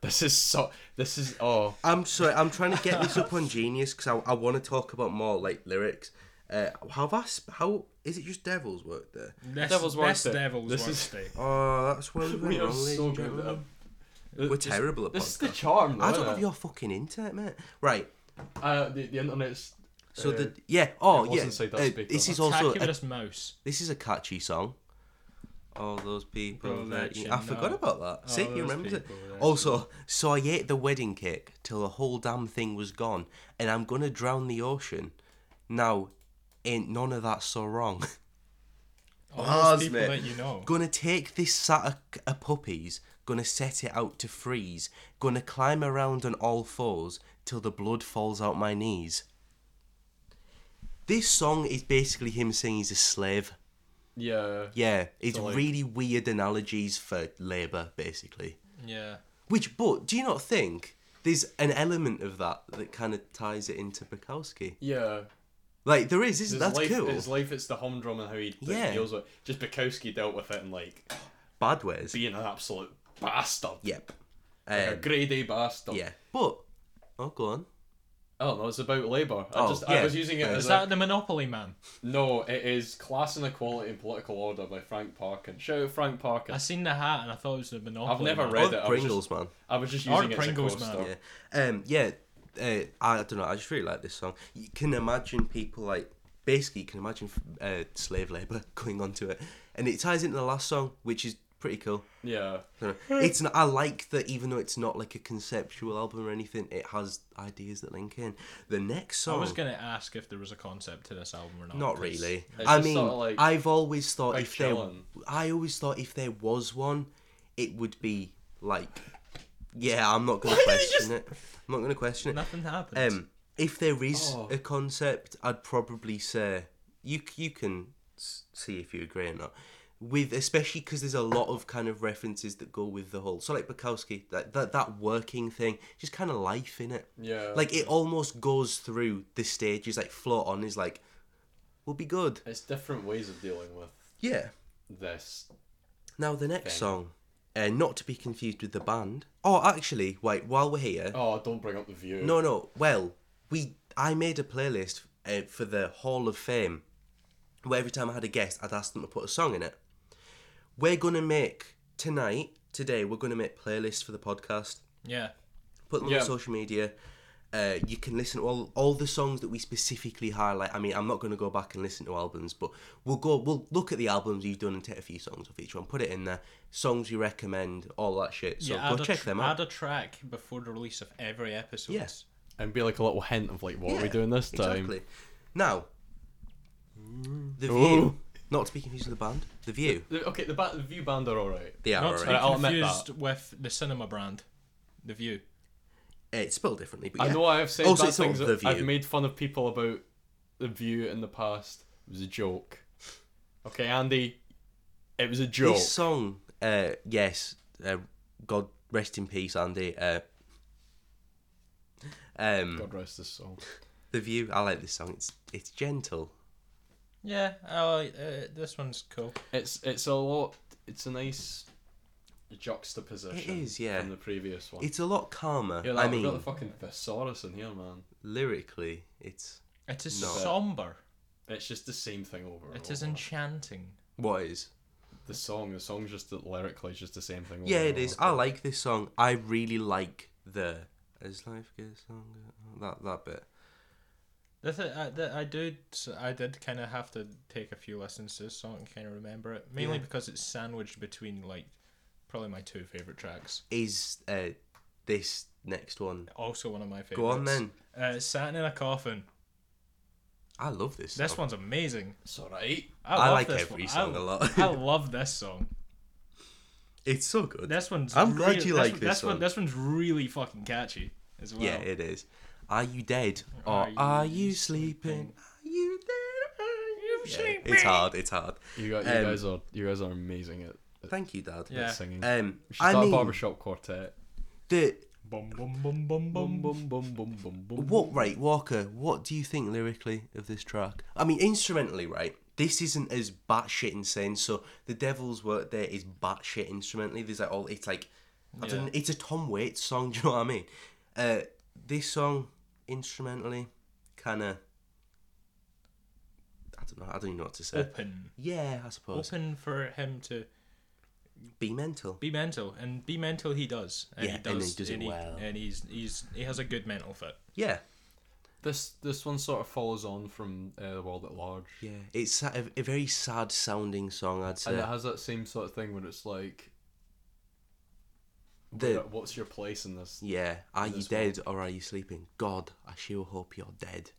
C: This is so. This is oh.
A: I'm sorry. I'm trying to get this up on Genius because I, I want to talk about more like lyrics. Uh, how vast? How is it? Just devils work there.
B: This,
C: Devil's Work
B: this
C: Day.
B: devil's
C: This
B: work
C: is-
B: day.
A: Oh, that's where we went
C: We are
A: wrong, ladies
C: so
A: and
C: good. At
A: gentlemen.
C: them.
A: We're
C: This-
A: terrible at
C: This is the
A: podcasts.
C: charm. Though,
A: I don't
C: innit?
A: have your fucking internet, mate. Right.
C: Uh, the, the internet's.
A: So
C: uh,
A: the yeah oh
C: it was
A: yeah
C: inside that
A: uh,
C: speaker.
A: this is
B: Also,
A: also a,
B: Tacitus mouse.
A: this is a catchy song. All those people
B: People
A: that
B: that
A: you,
B: you
A: I forgot
B: know.
A: about that. See,
B: All
A: you
B: those
A: remember it.
B: people that
A: Also, so I ate the wedding cake till the whole damn thing was gone, and I'm gonna drown the ocean Now, ain't none of that so wrong.
B: All
A: Oz,
B: those people
A: mate.
B: that you know.
A: Gonna take this sack of puppies, gonna set it out to freeze, gonna climb around on all fours till the blood falls out my knees. This song is basically him saying he's a slave.
C: Yeah.
A: Yeah, it's
C: like-
A: really weird analogies for labour, basically.
B: Yeah.
A: Which, but do you not think there's an element of that that kind of ties it into Bukowski?
C: Yeah.
A: Like there is, isn't
C: His
A: that's
C: life,
A: cool?
C: His life, it's the humdrum and how he that he
A: Yeah.
C: deals with it. Just Bukowski dealt with it and, like,
A: Bad ways.
C: being an absolute bastard.
A: Yep.
C: Like a
A: Um,
C: grade A bastard.
A: yeah, but oh, go on.
C: I don't know, it's about labour. I
A: Oh,
C: just,
A: yeah.
C: I was using it
A: Is
C: as
B: Is
C: a-
B: that the Monopoly man?
C: No, it is Class Inequality and Political Order by Frank Parkin. Shout out Frank Parkin.
B: I seen the hat and I thought it was the Monopoly.
C: I've never
B: man.
C: read
A: Oh,
C: it. I was
A: Pringles,
C: just,
A: man.
C: I was just
B: Or
C: using it
B: Pringles,
C: as a
B: man.
C: coaster.
A: Yeah. Um, yeah. Uh, I don't know. I just really like this song. You can imagine people like basically you can imagine uh, slave labor going onto it, and it ties into the last song, which is pretty cool.
C: Yeah.
A: I don't
C: Hmm.
A: know. It's n I I like that even though it's not like a conceptual album or anything, it has ideas that link in. The next
B: I
A: song,
B: was gonna ask if there was a concept to this album or not.
A: Oh. not
B: 'cause-
A: really.
C: It's
A: I
C: just
A: mean,
C: sorta like-
A: I've always thought
C: like
A: if there,
C: chilling.
A: I always thought if there was one, it would be like, yeah, I'm not gonna question it. I'm not gonna question it.
B: Nothing happens.
A: Um, if there is
C: Oh.
A: a concept, I'd probably say you c- you can s- see if you agree or not. With especially because there's a lot of kind of references that go with the whole. So like Bukowski, that that, that working thing, just kind of life in it.
C: Yeah.
A: Like it almost goes through the stages. Like float on is like, we'll be good.
C: It's different ways of dealing with
A: Yeah.
C: this.
A: Now the next
C: Thing.
A: song, uh, not to be confused with the band. Oh, actually, wait. While we're here,
C: Oh, don't bring up the view.
A: No, no. Well, we I made a playlist uh, for the Hall of Fame, where every time I had a guest, I'd ask them to put a song in it. We're gonna make tonight, today, we're gonna make playlists for the podcast.
B: yeah.
A: Put them
C: Yeah.
A: on social media. Uh, you can listen to all, all the songs that we specifically highlight. I mean, I'm not going to go back and listen to albums, but we'll go. We'll look at the albums you've done and take a few songs off each one, put it in there. Songs you recommend, all that shit. So
B: yeah. Add,
A: go
B: a
A: check
B: tr-
A: them out.
B: add a track before the release of every episode.
A: Yeah.
C: And be like a little hint of like, what are we
A: Yeah,
C: doing this time?
A: Exactly. Now, the view.
C: Ooh.
A: Not to be confused with the band. The view. eh?
C: The- Okay, the, ba- the view band are alright.
A: They are
B: Not to
A: alright.
B: be
C: Right, I'll admit
B: confused with the cinema brand, The View.
A: Eh, It's spelled differently, but
C: I
A: yeah.
C: know I've said
A: Also,
C: bad
A: it's not
C: things.
A: The
C: I've
A: View.
C: made fun of people about the view in the past. It was a joke. Okay, Andy, it was a joke.
A: this song. Uh, yes. Uh, God rest in peace, Andy. Uh, um,
C: God rest his soul.
A: the view. I like this song. It's it's gentle.
B: Yeah. Oh, uh, this one's cool.
C: It's it's a lot. It's a nice juxtaposition.
A: It is, yeah.
C: From the previous one.
A: It's a lot calmer.
C: yeah,
A: I
C: like, we've got
A: mean,
C: the fucking thesaurus in here, man.
A: lyrically, it's
B: It is
A: No. Oh.
B: somber.
C: It's just the same thing over. and
B: It is
C: over.
B: enchanting.
A: what is.
C: Oh, the song. The song's just lyrically it's just the same thing. Over
A: Yeah, it
C: and
A: is.
C: over.
A: I like this song. I really like the as life gets longer. That that bit.
B: The th- I, the, I do I did kind of have to take a few listens to this song and kind of remember it mainly because it's sandwiched between like probably my two favorite tracks.
A: is uh, this next one.
B: Also one of my favorites.
A: Go on then.
B: Uh, Satin in a Coffin.
A: I love this.
B: This
A: song.
B: one's amazing.
C: It's alright.
B: I,
A: I
B: love
A: like
B: this
A: every
B: one.
A: song
B: I,
A: a lot.
B: I love this song.
A: It's so good.
B: This one's.
A: I'm glad
B: rea-
A: you
B: this
A: like
B: one-
A: this
B: This, one,
A: song.
B: this one's really fucking catchy as well.
A: Yeah, it is. Are you dead or
B: Are
A: are
B: you
A: you, sleeping? Are you dead? Are you sleeping?
B: sleeping?
A: it's hard. It's hard.
C: You, got, you
A: Um,
C: guys are you guys are amazing at, at
A: Thank you, Dad.
B: Yeah.
C: singing.
A: Um,
C: we should
A: I
C: start a
A: mean,
C: barbershop quartet.
A: the
B: Bum bum bum bum
C: Bum bum
B: bum.
C: bum bum bum bum.
A: what right Walker? What do you think lyrically of this track? I mean, instrumentally, right? This isn't as batshit insane. So the Devil's work there is batshit instrumentally. There's like all it's like, I don't. It's a Tom Waits song. Do you know what I mean? Uh, this song instrumentally, kind of. I don't know. I don't even know what to say.
B: Open.
A: yeah, I suppose.
B: Open for him to
A: Be mental.
B: be mental, and be mental he does, and
A: Yeah,
B: he does,
A: and he does it well.
B: and he's he's he has a good mental fit.
A: Yeah,
C: This this one sort of follows on from uh, the world at large,
A: yeah. It's sa- a, a very sad sounding song. I'd
C: and
A: say.
C: it has that same sort of thing when it's like,
A: The-
C: "Where- what's your place in this?
A: Yeah. Are you
C: this one.
A: dead or are you sleeping? God, I sure hope you're dead.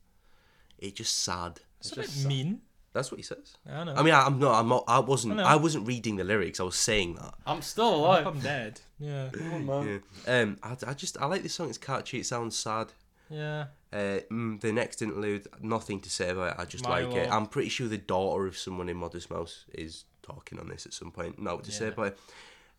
A: It's just sad.
B: It's
C: It's
B: a bit
C: just sad.
B: mean.
A: That's what he says.
B: I don't know.
A: I mean, I, I'm not. I'm not. I wasn't.
B: I know.
A: I, wasn't reading the lyrics. I was saying that.
C: I'm still
B: I hope
C: alive.
B: Oh, I'm dead. Yeah.
A: Yeah. Um. I, I just. I like this song. It's catchy. It sounds sad.
B: Yeah.
A: Uh, mm, the next interlude, nothing to say about it. I just
B: My
A: like it.
B: Lord.
A: I'm pretty sure the daughter of someone in Modest Mouse is talking on this at some point. No, to say
B: Yeah.
A: about it.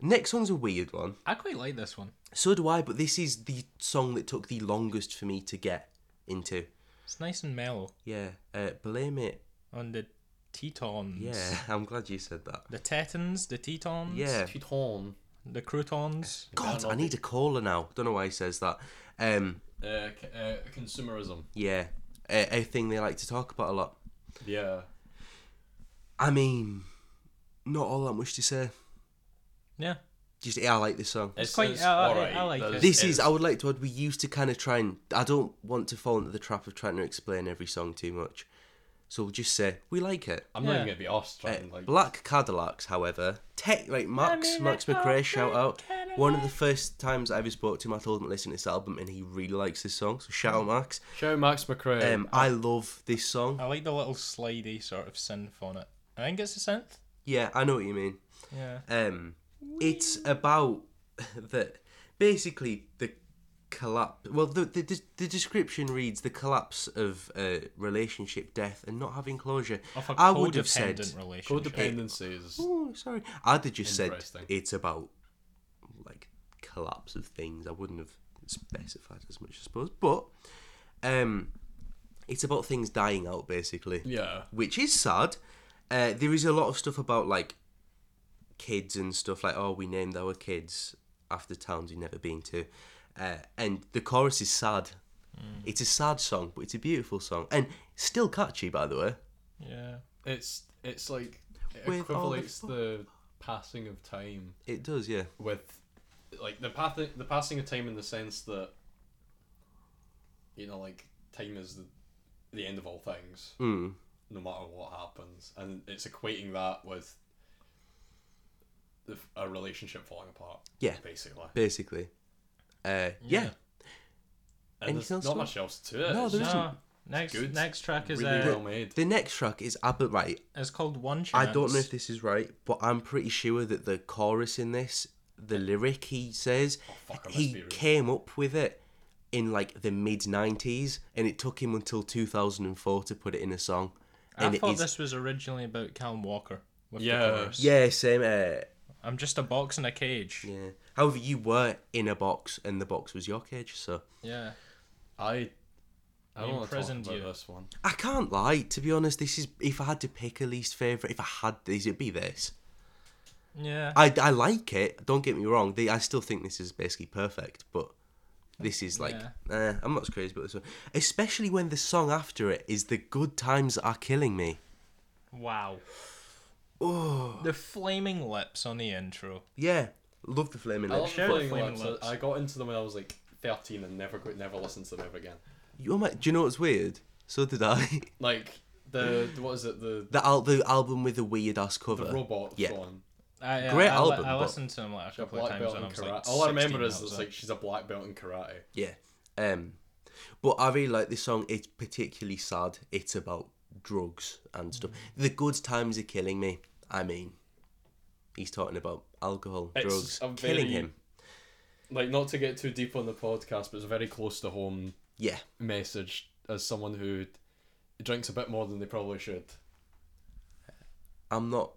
A: Next song's a weird one.
B: I quite like this one.
A: So do I, but this is the song that took the longest for me to get into.
B: It's nice and mellow
A: Yeah. Uh, blame it.
B: on the Tetons.
A: Yeah. I'm glad you said that.
B: The Tetons, the Tetons,
A: Yeah.
C: Teton.
B: the croutons.
A: God,
C: That'll
A: I need a caller now. Don't know why he says that. Um.
C: Uh, c- uh, consumerism.
A: Yeah. A, a thing they like to talk about a lot.
C: Yeah.
A: I mean, not all that much to say.
B: Yeah.
A: Just yeah, I like this song.
C: It's,
B: quite-
C: it's
B: I- I-
C: alright.
B: I like
C: There's-
B: it.
A: This is,
C: it's-
A: I would like to add, we used to kind of try and. I don't want to fall into the trap of trying to explain every song too much. So we'll just say, we like it.
C: I'm not
B: Yeah.
C: even gonna be asked.
A: Uh,
C: Trying, like,
A: Black Cadillacs, however, tech like Max,
B: mean,
A: Max
B: I love
A: McRae,
B: that
A: shout out. One of the first times I ever spoke to him, I told him to listen to this album, and he really likes this song. So shout
B: Oh.
A: out, Max.
C: show Max McRae.
A: Um, I love this song.
B: I like the little slidey sort of synth on it. I think it's a synth.
A: Yeah, I know what you mean.
B: Yeah.
A: Um, it's about that. Basically, the collapse. Well, the, the des- the description reads the collapse of uh, relationship, death, and not having closure.
B: Of a
A: I would have said.
B: codependent relationship.
C: Codependencies.
A: Oh, sorry. I'd have just said
C: Interesting.
A: it's about like collapse of things. I wouldn't have specified as much, I suppose. But um, it's about things dying out, basically
C: Yeah.
A: which is sad. Uh, there is a lot of stuff about like kids and stuff like oh we named our kids after towns we've never been to, uh, and the chorus is sad.
C: Mm.
A: It's a sad song, but it's a beautiful song and still catchy by the way.
B: Yeah.
C: It's it's like it
A: With all the
C: equivalates
A: fu-
C: the passing of time
A: It does, yeah.
C: with like the path the passing of time in the sense that you know like time is the, the end of all things
A: Mm.
C: no matter what happens and it's equating that with the, a relationship falling apart
A: Yeah.
C: basically
A: Basically, uh, yeah.
C: and there's
A: Anything else
C: not
A: to
C: much else to it
A: No,
C: It's
A: there
C: just
A: isn't.
B: No, next
C: good.
B: next track is
C: really
B: uh,
C: well made
A: The next track is Abbott right.
B: it's called One Chance.
A: I don't know if this is right, but I'm pretty sure that the chorus in this, the lyric he says,
C: Oh, fuck, I must be
A: he
C: wrong.
A: came up with it in like the mid 90s, and it took him until 2004 to put it in a song.
B: I
A: And it
B: thought
A: is-
B: this was originally about Calum Walker with
C: Yeah.
B: the chorus.
A: yeah, same. Uh,
B: I'm just a box in a cage. Yeah.
A: yeah. However, you were in a box, and the box was your cage, so
C: i i
B: We
C: don't want to talk
B: imprisoned
C: about
B: you.
C: this one
A: I can't lie. To be honest, this is if I had to pick a least favorite, if I had these, it'd be this.
B: Yeah.
A: I, I like it. Don't get me wrong. They, I still think this is basically perfect, but this is like eh, I'm not as crazy about this one, especially when the song after it is "The Good Times Are Killing Me." Oh,
B: Wow. The flaming lips on the intro.
A: Yeah, love the flaming
C: I
A: lips.
C: love
B: Share
C: the
B: the
C: Flaming
B: Flaming
C: Lips.
B: Lips.
C: I got into them when I was like 13 and never quit, never listened to them ever again.
A: You might, do you know what's weird? So did I.
C: Like the what is it the
A: the al- the album with the weird ass
C: the
A: cover.
C: robot
A: yeah.
C: one?
B: I, I-
A: Great
B: I, li-
A: album,
B: I,
A: but-
B: listened to them like a
C: A
B: couple of
C: black
B: times
C: belt
B: when
C: in
B: I was
C: karate.
B: like,
C: All I remember
B: 16,
C: is
B: that
C: it's
B: was
C: like
B: it.
C: she's a black belt in karate.
A: yeah, um, but I really like this song. It's particularly sad. It's about drugs and stuff.
C: Mm.
A: The good times are killing me. I mean, he's talking about alcohol,
C: It's
A: drugs,
C: a
A: killing
C: very-
A: him.
C: Like not to get too deep on the podcast, but it's a very close to home
A: Yeah,
C: message as someone who drinks a bit more than they probably should.
A: I'm not.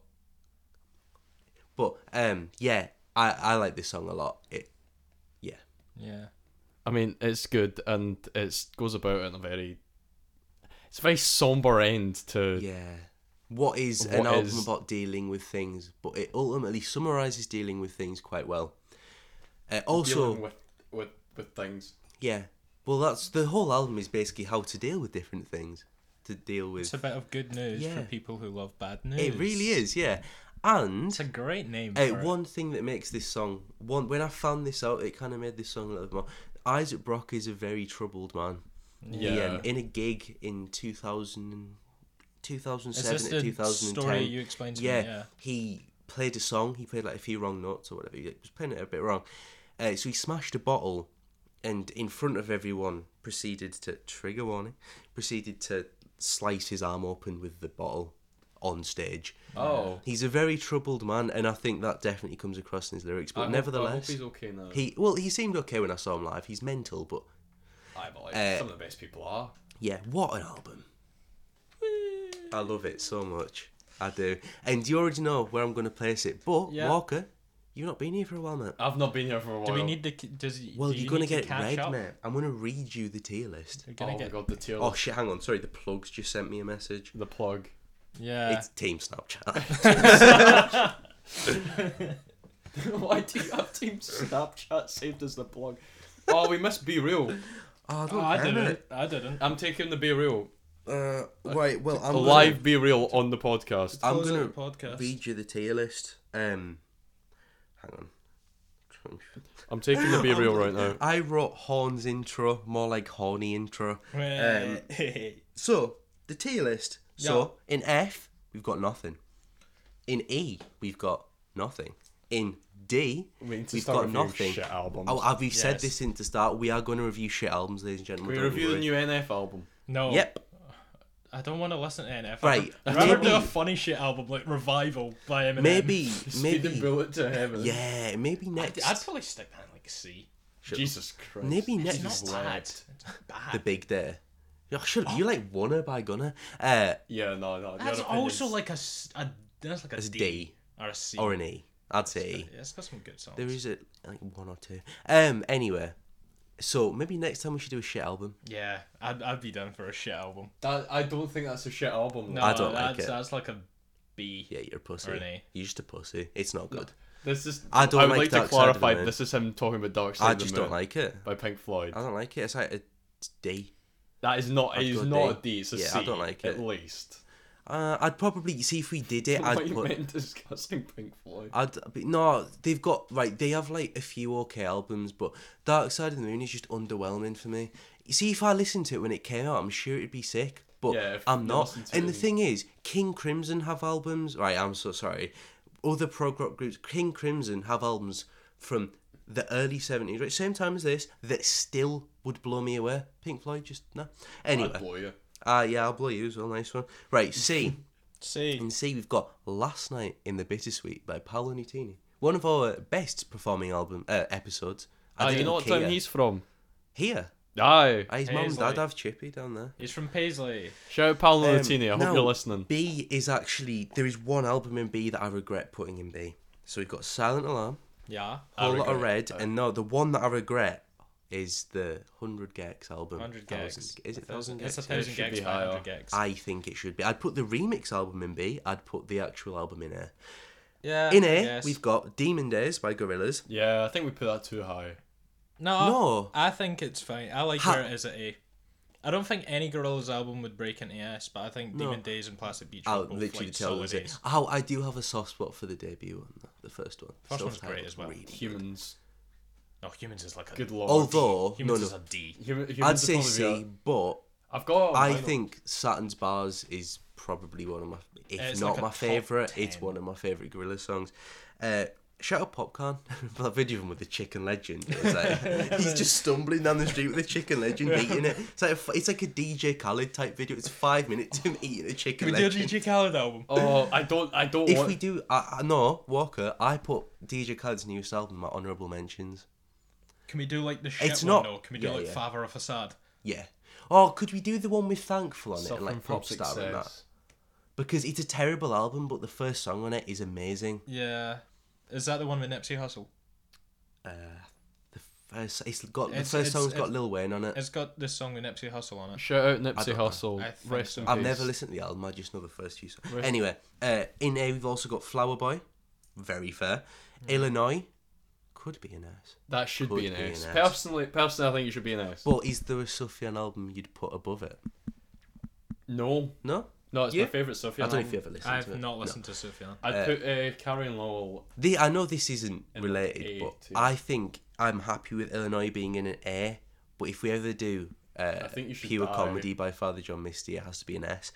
A: But um, yeah, I I like this song a lot. It, yeah,
B: yeah.
C: I mean, it's good and it goes about in a very it's a very somber end to
A: yeah. What is an
C: What
A: album
C: is-
A: about dealing with things? But it ultimately summarizes dealing with things quite well. Uh, also,
C: dealing with with with things.
A: yeah. Well, that's the whole album is basically how to deal with different things. To deal
B: It's
A: with.
B: a bit of good news for
A: Yeah.
B: people who love bad news.
A: It really is, yeah. And
B: It's a great name.
A: Hey,
B: for it.
A: one thing that makes this song one when I found this out, it kind of made this song a little bit more. Isaac Brock is a very troubled man.
C: Yeah.
A: Um, in a gig in 2000, and- 2007
B: Is
A: and
B: this the
A: 2010.
B: story you explained to
A: yeah,
B: me? Yeah.
A: he played a song. He played like a few wrong notes or whatever. He was playing it a bit wrong. Uh, so he smashed a bottle, and in front of everyone proceeded to trigger warning. Proceeded to slice his arm open with the bottle on stage.
C: Oh.
A: He's a very troubled man, and I think that definitely comes across in his lyrics.
C: I
A: But
C: hope- I hope
A: nevertheless,
C: he's okay now.
A: he well, he seemed okay when I saw him live. He's mental, but
C: Aye, but like,
A: uh,
C: some of the best people are.
A: yeah, what an album! I love it so much. I do, and you already know where I'm going to place it. But
B: Yeah.
A: Walker, you've not been here for a while, mate.
C: I've not been here for a while.
B: Do we need to? c- Does he-
A: Well,
B: do you
A: you're going
B: need
A: to get
B: catch
A: read,
B: up?
A: mate. I'm going to read you the tier list.
B: You're gonna
C: Oh my
B: get.
C: god, the tier
A: Oh shit! Hang on, sorry. The plugs just sent me a message.
C: the plug.
B: Yeah.
A: It's Team Snapchat.
C: Why do you have Team Snapchat saved as the plug? Oh, we must be real.
A: oh, I don't
B: Oh, I
A: care,
B: didn't. I didn't.
C: I'm taking the be real.
A: mate. Uh, right. Well, I'm
C: A live be real on the podcast.
A: Gonna, I'm
B: Close out
A: going to
B: the podcast.
A: read you the tier list. Um, hang on.
C: I'm taking the be real right now.
A: I wrote horns intro, more like horny intro. Um, so the tier list. So in F we've got nothing. In E we've got nothing. In D
C: We need to
A: have
C: start
A: got
C: reviewing
A: nothing.
C: shit albums.
A: Oh, have we said
B: Yes.
A: this in to start? We are going to review shit albums, ladies and
C: we
A: gentlemen. don't
C: review the
A: worry.
C: new NF album.
B: no.
A: Yep.
B: I don't want to listen to NF.
A: Right,
B: I'd rather
A: maybe-
B: do a funny shit album like Revival by Eminem.
A: Maybe,
C: Speed and
A: maybe,
C: bullet to heaven.
A: yeah, maybe next.
B: I'd, I'd probably stick that in like C.
C: Jesus Christ.
A: Maybe next.
B: It's not
C: is
B: bad.
C: wild.
B: It's not
A: the
B: bad.
A: big day. Oh, shut up! You like Wanna by Gunner, uh,
C: Yeah, no, no.
B: That's
C: your
B: also
C: opinions.
B: like a, s- a- that's like a
A: That's a
B: D
A: D.
B: or a C.
A: or an E? I'd say
B: yeah,
A: E.
B: it's got some good songs.
A: There is a like one or two. Um. Anyway, so maybe next time we should do a shit album.
B: Yeah, I'd, I'd be down for a shit album.
C: That, I don't think that's a shit album.
B: No,
C: though.
A: I don't like
B: that's,
A: it.
B: That's like a B.
A: Yeah, you're a pussy.
B: Or an A.
A: You're just a pussy. It's not good.
C: This is.
A: I don't
C: I would
A: like
C: like,
A: Dark Side
C: to
A: of the
C: clarify.
A: Moon.
C: This is him talking about Dark Side
A: I
C: of the
A: just don't
C: Moon
A: like it.
C: by Pink Floyd.
A: I don't like it. It's like a D.
C: That is not. It's
A: go
C: not a
A: D.
C: D. It's a
A: Yeah, I
C: C,
A: don't like it.
C: At least.
A: Uh, I'd probably see if we did it.
C: Why
A: I'd
C: you
A: put.
C: meant discussing Pink Floyd?
A: I'd be, no, they've got right. They have like a few okay albums, but Dark Side of the Moon is just underwhelming for me. You see, if I listened to it when it came out, I'm sure it'd be sick. But
C: Yeah, if
A: I'm
C: you
A: not.
C: listen to
A: And the
C: it and-
A: thing is, King Crimson have albums. Right, I'm so sorry. Other prog rock groups, King Crimson have albums from the early '70s, right? Same time as this, that still would blow me away. Pink Floyd, just no.
C: I'd
A: Anyway,
C: blow you.
A: ah, yeah, I'll blow you as well. Nice one. Right, C.
B: C.
A: And see, we've got Last Night in the Bittersweet by Paolo Nutini. One of our best performing album uh, episodes. I
C: Ah,
A: didn't
C: you know what
A: care.
C: town he's from?
A: Here.
C: Aye.
A: Ah, His
B: Hey,
A: mum and
B: he's
A: dad
B: like-
A: have Chippy down there.
B: He's from Paisley.
C: Shout out Paolo
A: Um,
C: Nutini. I hope
A: now,
C: you're listening.
A: B is actually, there is one album in B that I regret putting in B. So we've got Silent Alarm,
B: Yeah.
A: Whole Lot of
C: regret
A: Red, and no, the one that I regret is the 100 Gex album.
B: 100
A: Thousand-
B: Gex.
A: Is it 1000
B: It's
A: Gex?
B: a thousand
C: should
B: gigs
C: be
B: by
C: higher.
B: 100 gigs.
A: I think it should be. I'd put the remix album in B, I'd put the actual album in
C: Uh,
A: A.
B: yeah.
A: In A,
B: yes.
A: we've got Demon Days by Gorillaz.
C: Yeah, I think we put that too high.
B: No,
A: No.
B: I think it's fine. I like
A: Ha-
B: where it is at A. I don't think any Gorillaz album would break into S, but I think Demon Days and Plastic Beach
A: I'll
B: are both
A: literally
B: like
A: tell them
B: solid
A: to-
B: A's.
A: Oh, I do have a soft spot for the debut one, though, the first one.
B: First one's
A: Self-titled
B: great as well.
A: really.
C: Humans.
B: No, Humans is like a
C: Good lord.
A: Although, no,
B: Humans is
A: no,
B: a D.
C: Hum- humans
A: I'd
C: is
A: say
C: probably
A: C,
C: a-
A: but
C: I've got.
A: I
C: vinyl.
A: think Saturn's Bars is probably one of my, if
B: It's
A: not
B: like a
A: my
B: top
A: favorite, it's
B: 10.
A: one of my favorite Gorilla songs. Uh, Shout out Popcorn for that video of him with the chicken legend. It's like, he's just stumbling down the street with the chicken legend eating it. It's like a, it's like a DJ Khaled type video. It's five minutes of him eating a chicken
B: We do a
A: legend.
B: DJ Khaled album.
C: Oh, I don't. I don't
A: If
C: want.
A: we do, I, I, no, Walker, I put DJ Khaled's newest album in my honourable mentions.
B: Can we do like the shit
A: It's not-
B: one? No. Can we do
A: yeah,
B: like
A: yeah.
B: Father of Facade?
A: Yeah. Oh, could we do the one with Thankful on it
C: Suffering
A: and like
C: from
A: Popstar and that?
C: success.
A: Because it's a terrible album, but the first song on it is amazing.
B: Yeah. Is that the one with Nipsey Hussle?
A: Uh, the first, it's got the
B: It's-
A: first
B: it's-
A: song's got
B: it's-
A: Lil Wayne on it.
B: It's got this song with Nipsey Hussle on it.
C: Shout out
A: don't
C: Nipsey
A: know.
C: Hussle.
B: I think
C: Rest
B: so.
C: in peace.
A: I've never listened to the album. I just know the first few songs.
C: Right.
A: Anyway, uh, in A we've also got Flower Boy, very fair.
B: Hmm.
A: Illinois could be an S.
C: That should
A: Could
C: be an
A: be
C: S.
A: an S.
C: Personally, personally, I think you should be an S.
A: But is there a Sufjan album you'd put above it?
C: No,
A: No,
C: no, it's
A: Yeah.
C: my favourite Sophia.
A: I don't know
C: album.
A: if you ever listened to it.
B: I've not
A: No.
B: listened to Sufjan.
C: I'd put uh, Carrie and Lowell.
A: The I know this isn't
C: In the
A: related, but
C: 80s.
A: I think I'm happy with Illinois being in an A. But if we ever do uh,
C: I think you should
A: pure
C: die.
A: comedy by Father John Misty, it has to be an S.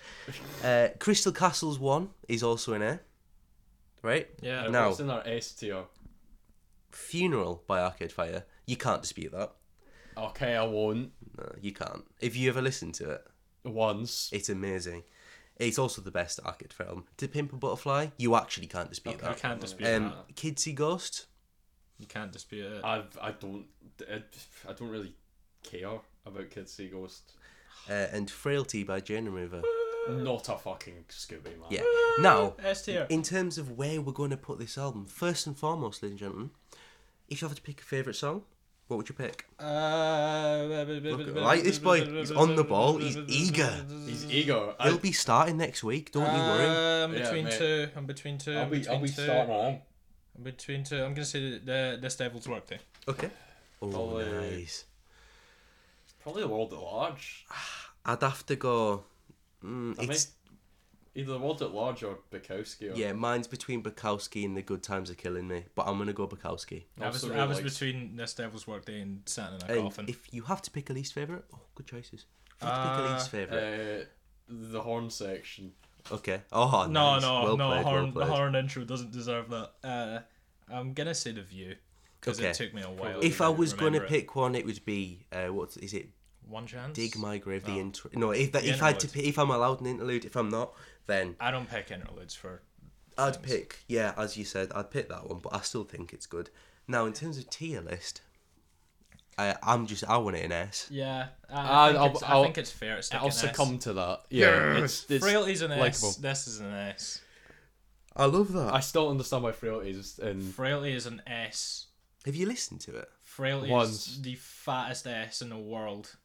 A: Uh, Crystal Castles One is also an A, right?
B: Yeah.
C: Uh,
A: No.
C: What's in our S tier?
A: Funeral by Arcade Fire, you can't dispute that.
C: Okay, I won't.
A: No, you can't. If you ever listen to it,
C: once.
A: It's amazing. It's also the best arcade film. To Pimp a Butterfly, you actually can't dispute
B: You can't dispute
A: that. Um,
B: that.
A: Kidsy Ghost,
B: You can't dispute it. Uh,
C: I've I don't I, I don't really care about Kids See Ghost.
A: uh, and Frailty by Jane Remover.
C: Not a fucking Scooby man.
A: Yeah. Now,
B: S tier.
A: in terms of where we're going to put this album, first and foremost, ladies and gentlemen, if you have to pick a favourite song, what would you pick?
B: Uh,
A: Look, like this boy, he's on the ball, he's eager.
C: He's ego.
A: He'll
C: I,
A: be starting next week, don't you worry.
B: Uh, I'm
C: Yeah,
B: between
C: mate.
B: two. I'm between two.
C: I'll
B: I'm
C: be I'll
B: between
C: be
B: two.
C: starting on.
B: I'm between two. I'm gonna say the this devil's work day.
A: Okay. Oh,
C: Probably-
A: nice.
C: Probably the world at large.
A: I'd have to go. Mm,
C: I
A: it's,
C: Either the world at large or Bukowski. Or
A: yeah, mine's between Bukowski and The Good Times Are Killing Me, but I'm going to go Bukowski.
B: I was,
C: Also
B: I was
C: really likes-
B: between this devil's work day and sat in a
A: And
B: coffin.
A: if you have to pick a least favourite, oh, good choices. If you have to pick a
B: Uh,
A: least favourite,
C: Uh, the horn section.
A: okay. Oh,
B: no,
A: nice.
B: no,
A: well
B: no.
A: played, well
B: horn, the
A: played.
B: horn intro doesn't deserve that. Uh, I'm gonna say the view because
A: Okay.
B: it took me a while.
A: If I was going to
B: remember it.
A: pick one, it would be uh, what is it?
B: one chance,
A: Dig my grave. The intro. No, if that,
B: oh. The
A: if I had to
B: interlude.
A: pick, if I'm allowed an interlude, if I'm not, then
B: I don't pick interludes for.
A: I'd pick. Yeah, as you said, I'd pick that one, but I still think it's good. Now, in terms of tier list, I, I'm just I want it in S.
B: Yeah,
C: I think
B: I, think,
C: I'll-
B: it's,
C: it's- I I'll- think
B: think it's fair. It's
C: I'll succumb to that. Yeah. It's, it's
B: Frailty's an
C: likable.
B: S. This is an S.
A: I love that.
C: I still understand why frailty is in
B: Frailty is an S.
A: Have you listened to it?
B: Frailty
C: Once.
B: is the fattest S in the world.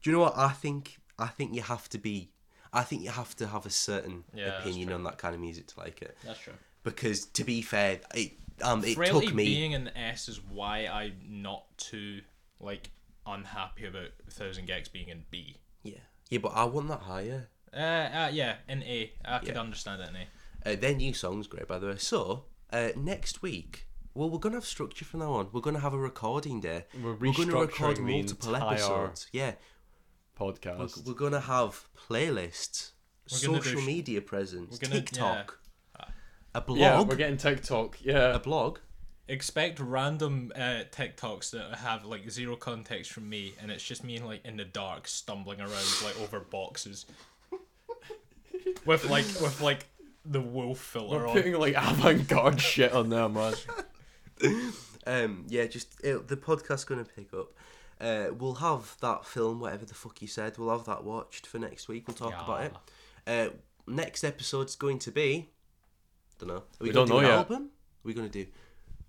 A: Do you know what I think? I think you have to be. I think you have to have a certain
B: Yeah, that's
A: opinion on that kind of music to like it.
B: That's true.
A: Because to be fair, it um it
B: Frailty
A: took me.
B: being an S is why I'm not too like unhappy about Thousand Gex being in B.
A: Yeah, yeah, but I want that higher.
B: Uh, uh yeah, in A. I could
A: Yeah.
B: understand it in A.
A: Uh, their new song's great, by the way. So, uh, next week, well, we're going to have structure from now on. We're going to have a recording day.
C: We're
A: going to record
C: restructuring the
A: multiple
C: entire-
A: episodes. Yeah. We're,
C: podcast.
A: we're going to have playlists,
B: We're gonna do
A: social
B: sh-
A: media presence,
B: we're gonna-
A: TikTok, a blog.
C: Yeah, we're getting TikTok. Yeah.
A: a blog.
B: Expect random uh, TikToks that have like zero context from me, and it's just me like in the dark stumbling around like over boxes with like with like the wolf filter
C: We're
B: on.
C: putting like avant-garde shit on there, man.
A: Um, yeah, just it, the podcast's going to pick up. Uh, we'll have that film, whatever the fuck you said. We'll have that watched for next week. We'll talk about it. Uh, next episode's going to be. Don't know. Are we,
C: We
A: gonna
C: don't
A: do
C: know
A: an
C: yet.
A: album? Are we going to do?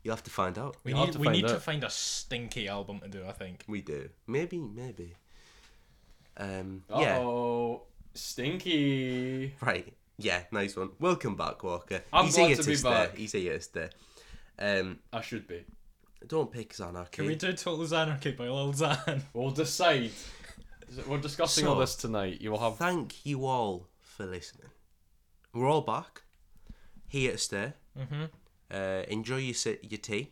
A: You'll have to find out.
B: We
C: You'll have
B: need
C: to
B: we
C: find
B: need to
C: out.
B: find a stinky album to do. I think.
A: We do. Maybe, maybe. Um. Yeah.
C: Oh, stinky.
A: Right. Yeah. Nice one. Welcome back, Walker.
C: I'm
A: He's
C: glad
A: here
C: to be
A: stay.
C: back.
A: He's here to stay. Um.
C: I should be.
A: Don't pick Zanarchy.
B: Can we do Total Zanarchy by Lil Xan?
C: We'll decide. We're discussing all
A: So-
C: this tonight. You will have.
A: Thank you all for listening. We're all back. Here to stay.
B: Mhm.
A: Uh, enjoy your si- your tea.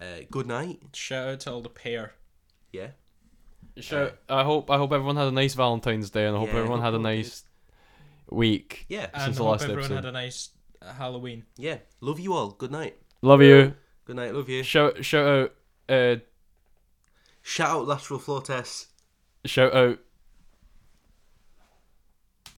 A: Uh, good night.
B: Shout out to all the pair.
A: Yeah.
C: Sure. uh, I hope. I hope everyone had a nice Valentine's Day, and I hope
A: Yeah,
C: everyone had a
A: hope all
C: nice week.
A: Yeah.
B: And
C: Since the
B: hope
C: last
B: everyone
C: episode.
B: had a nice uh, Halloween.
A: Yeah. Love you all. Good night.
C: Love you.
A: Good night. Love you.
C: Shout shout out. Uh,
A: Shout out lateral floor tests.
C: shout out.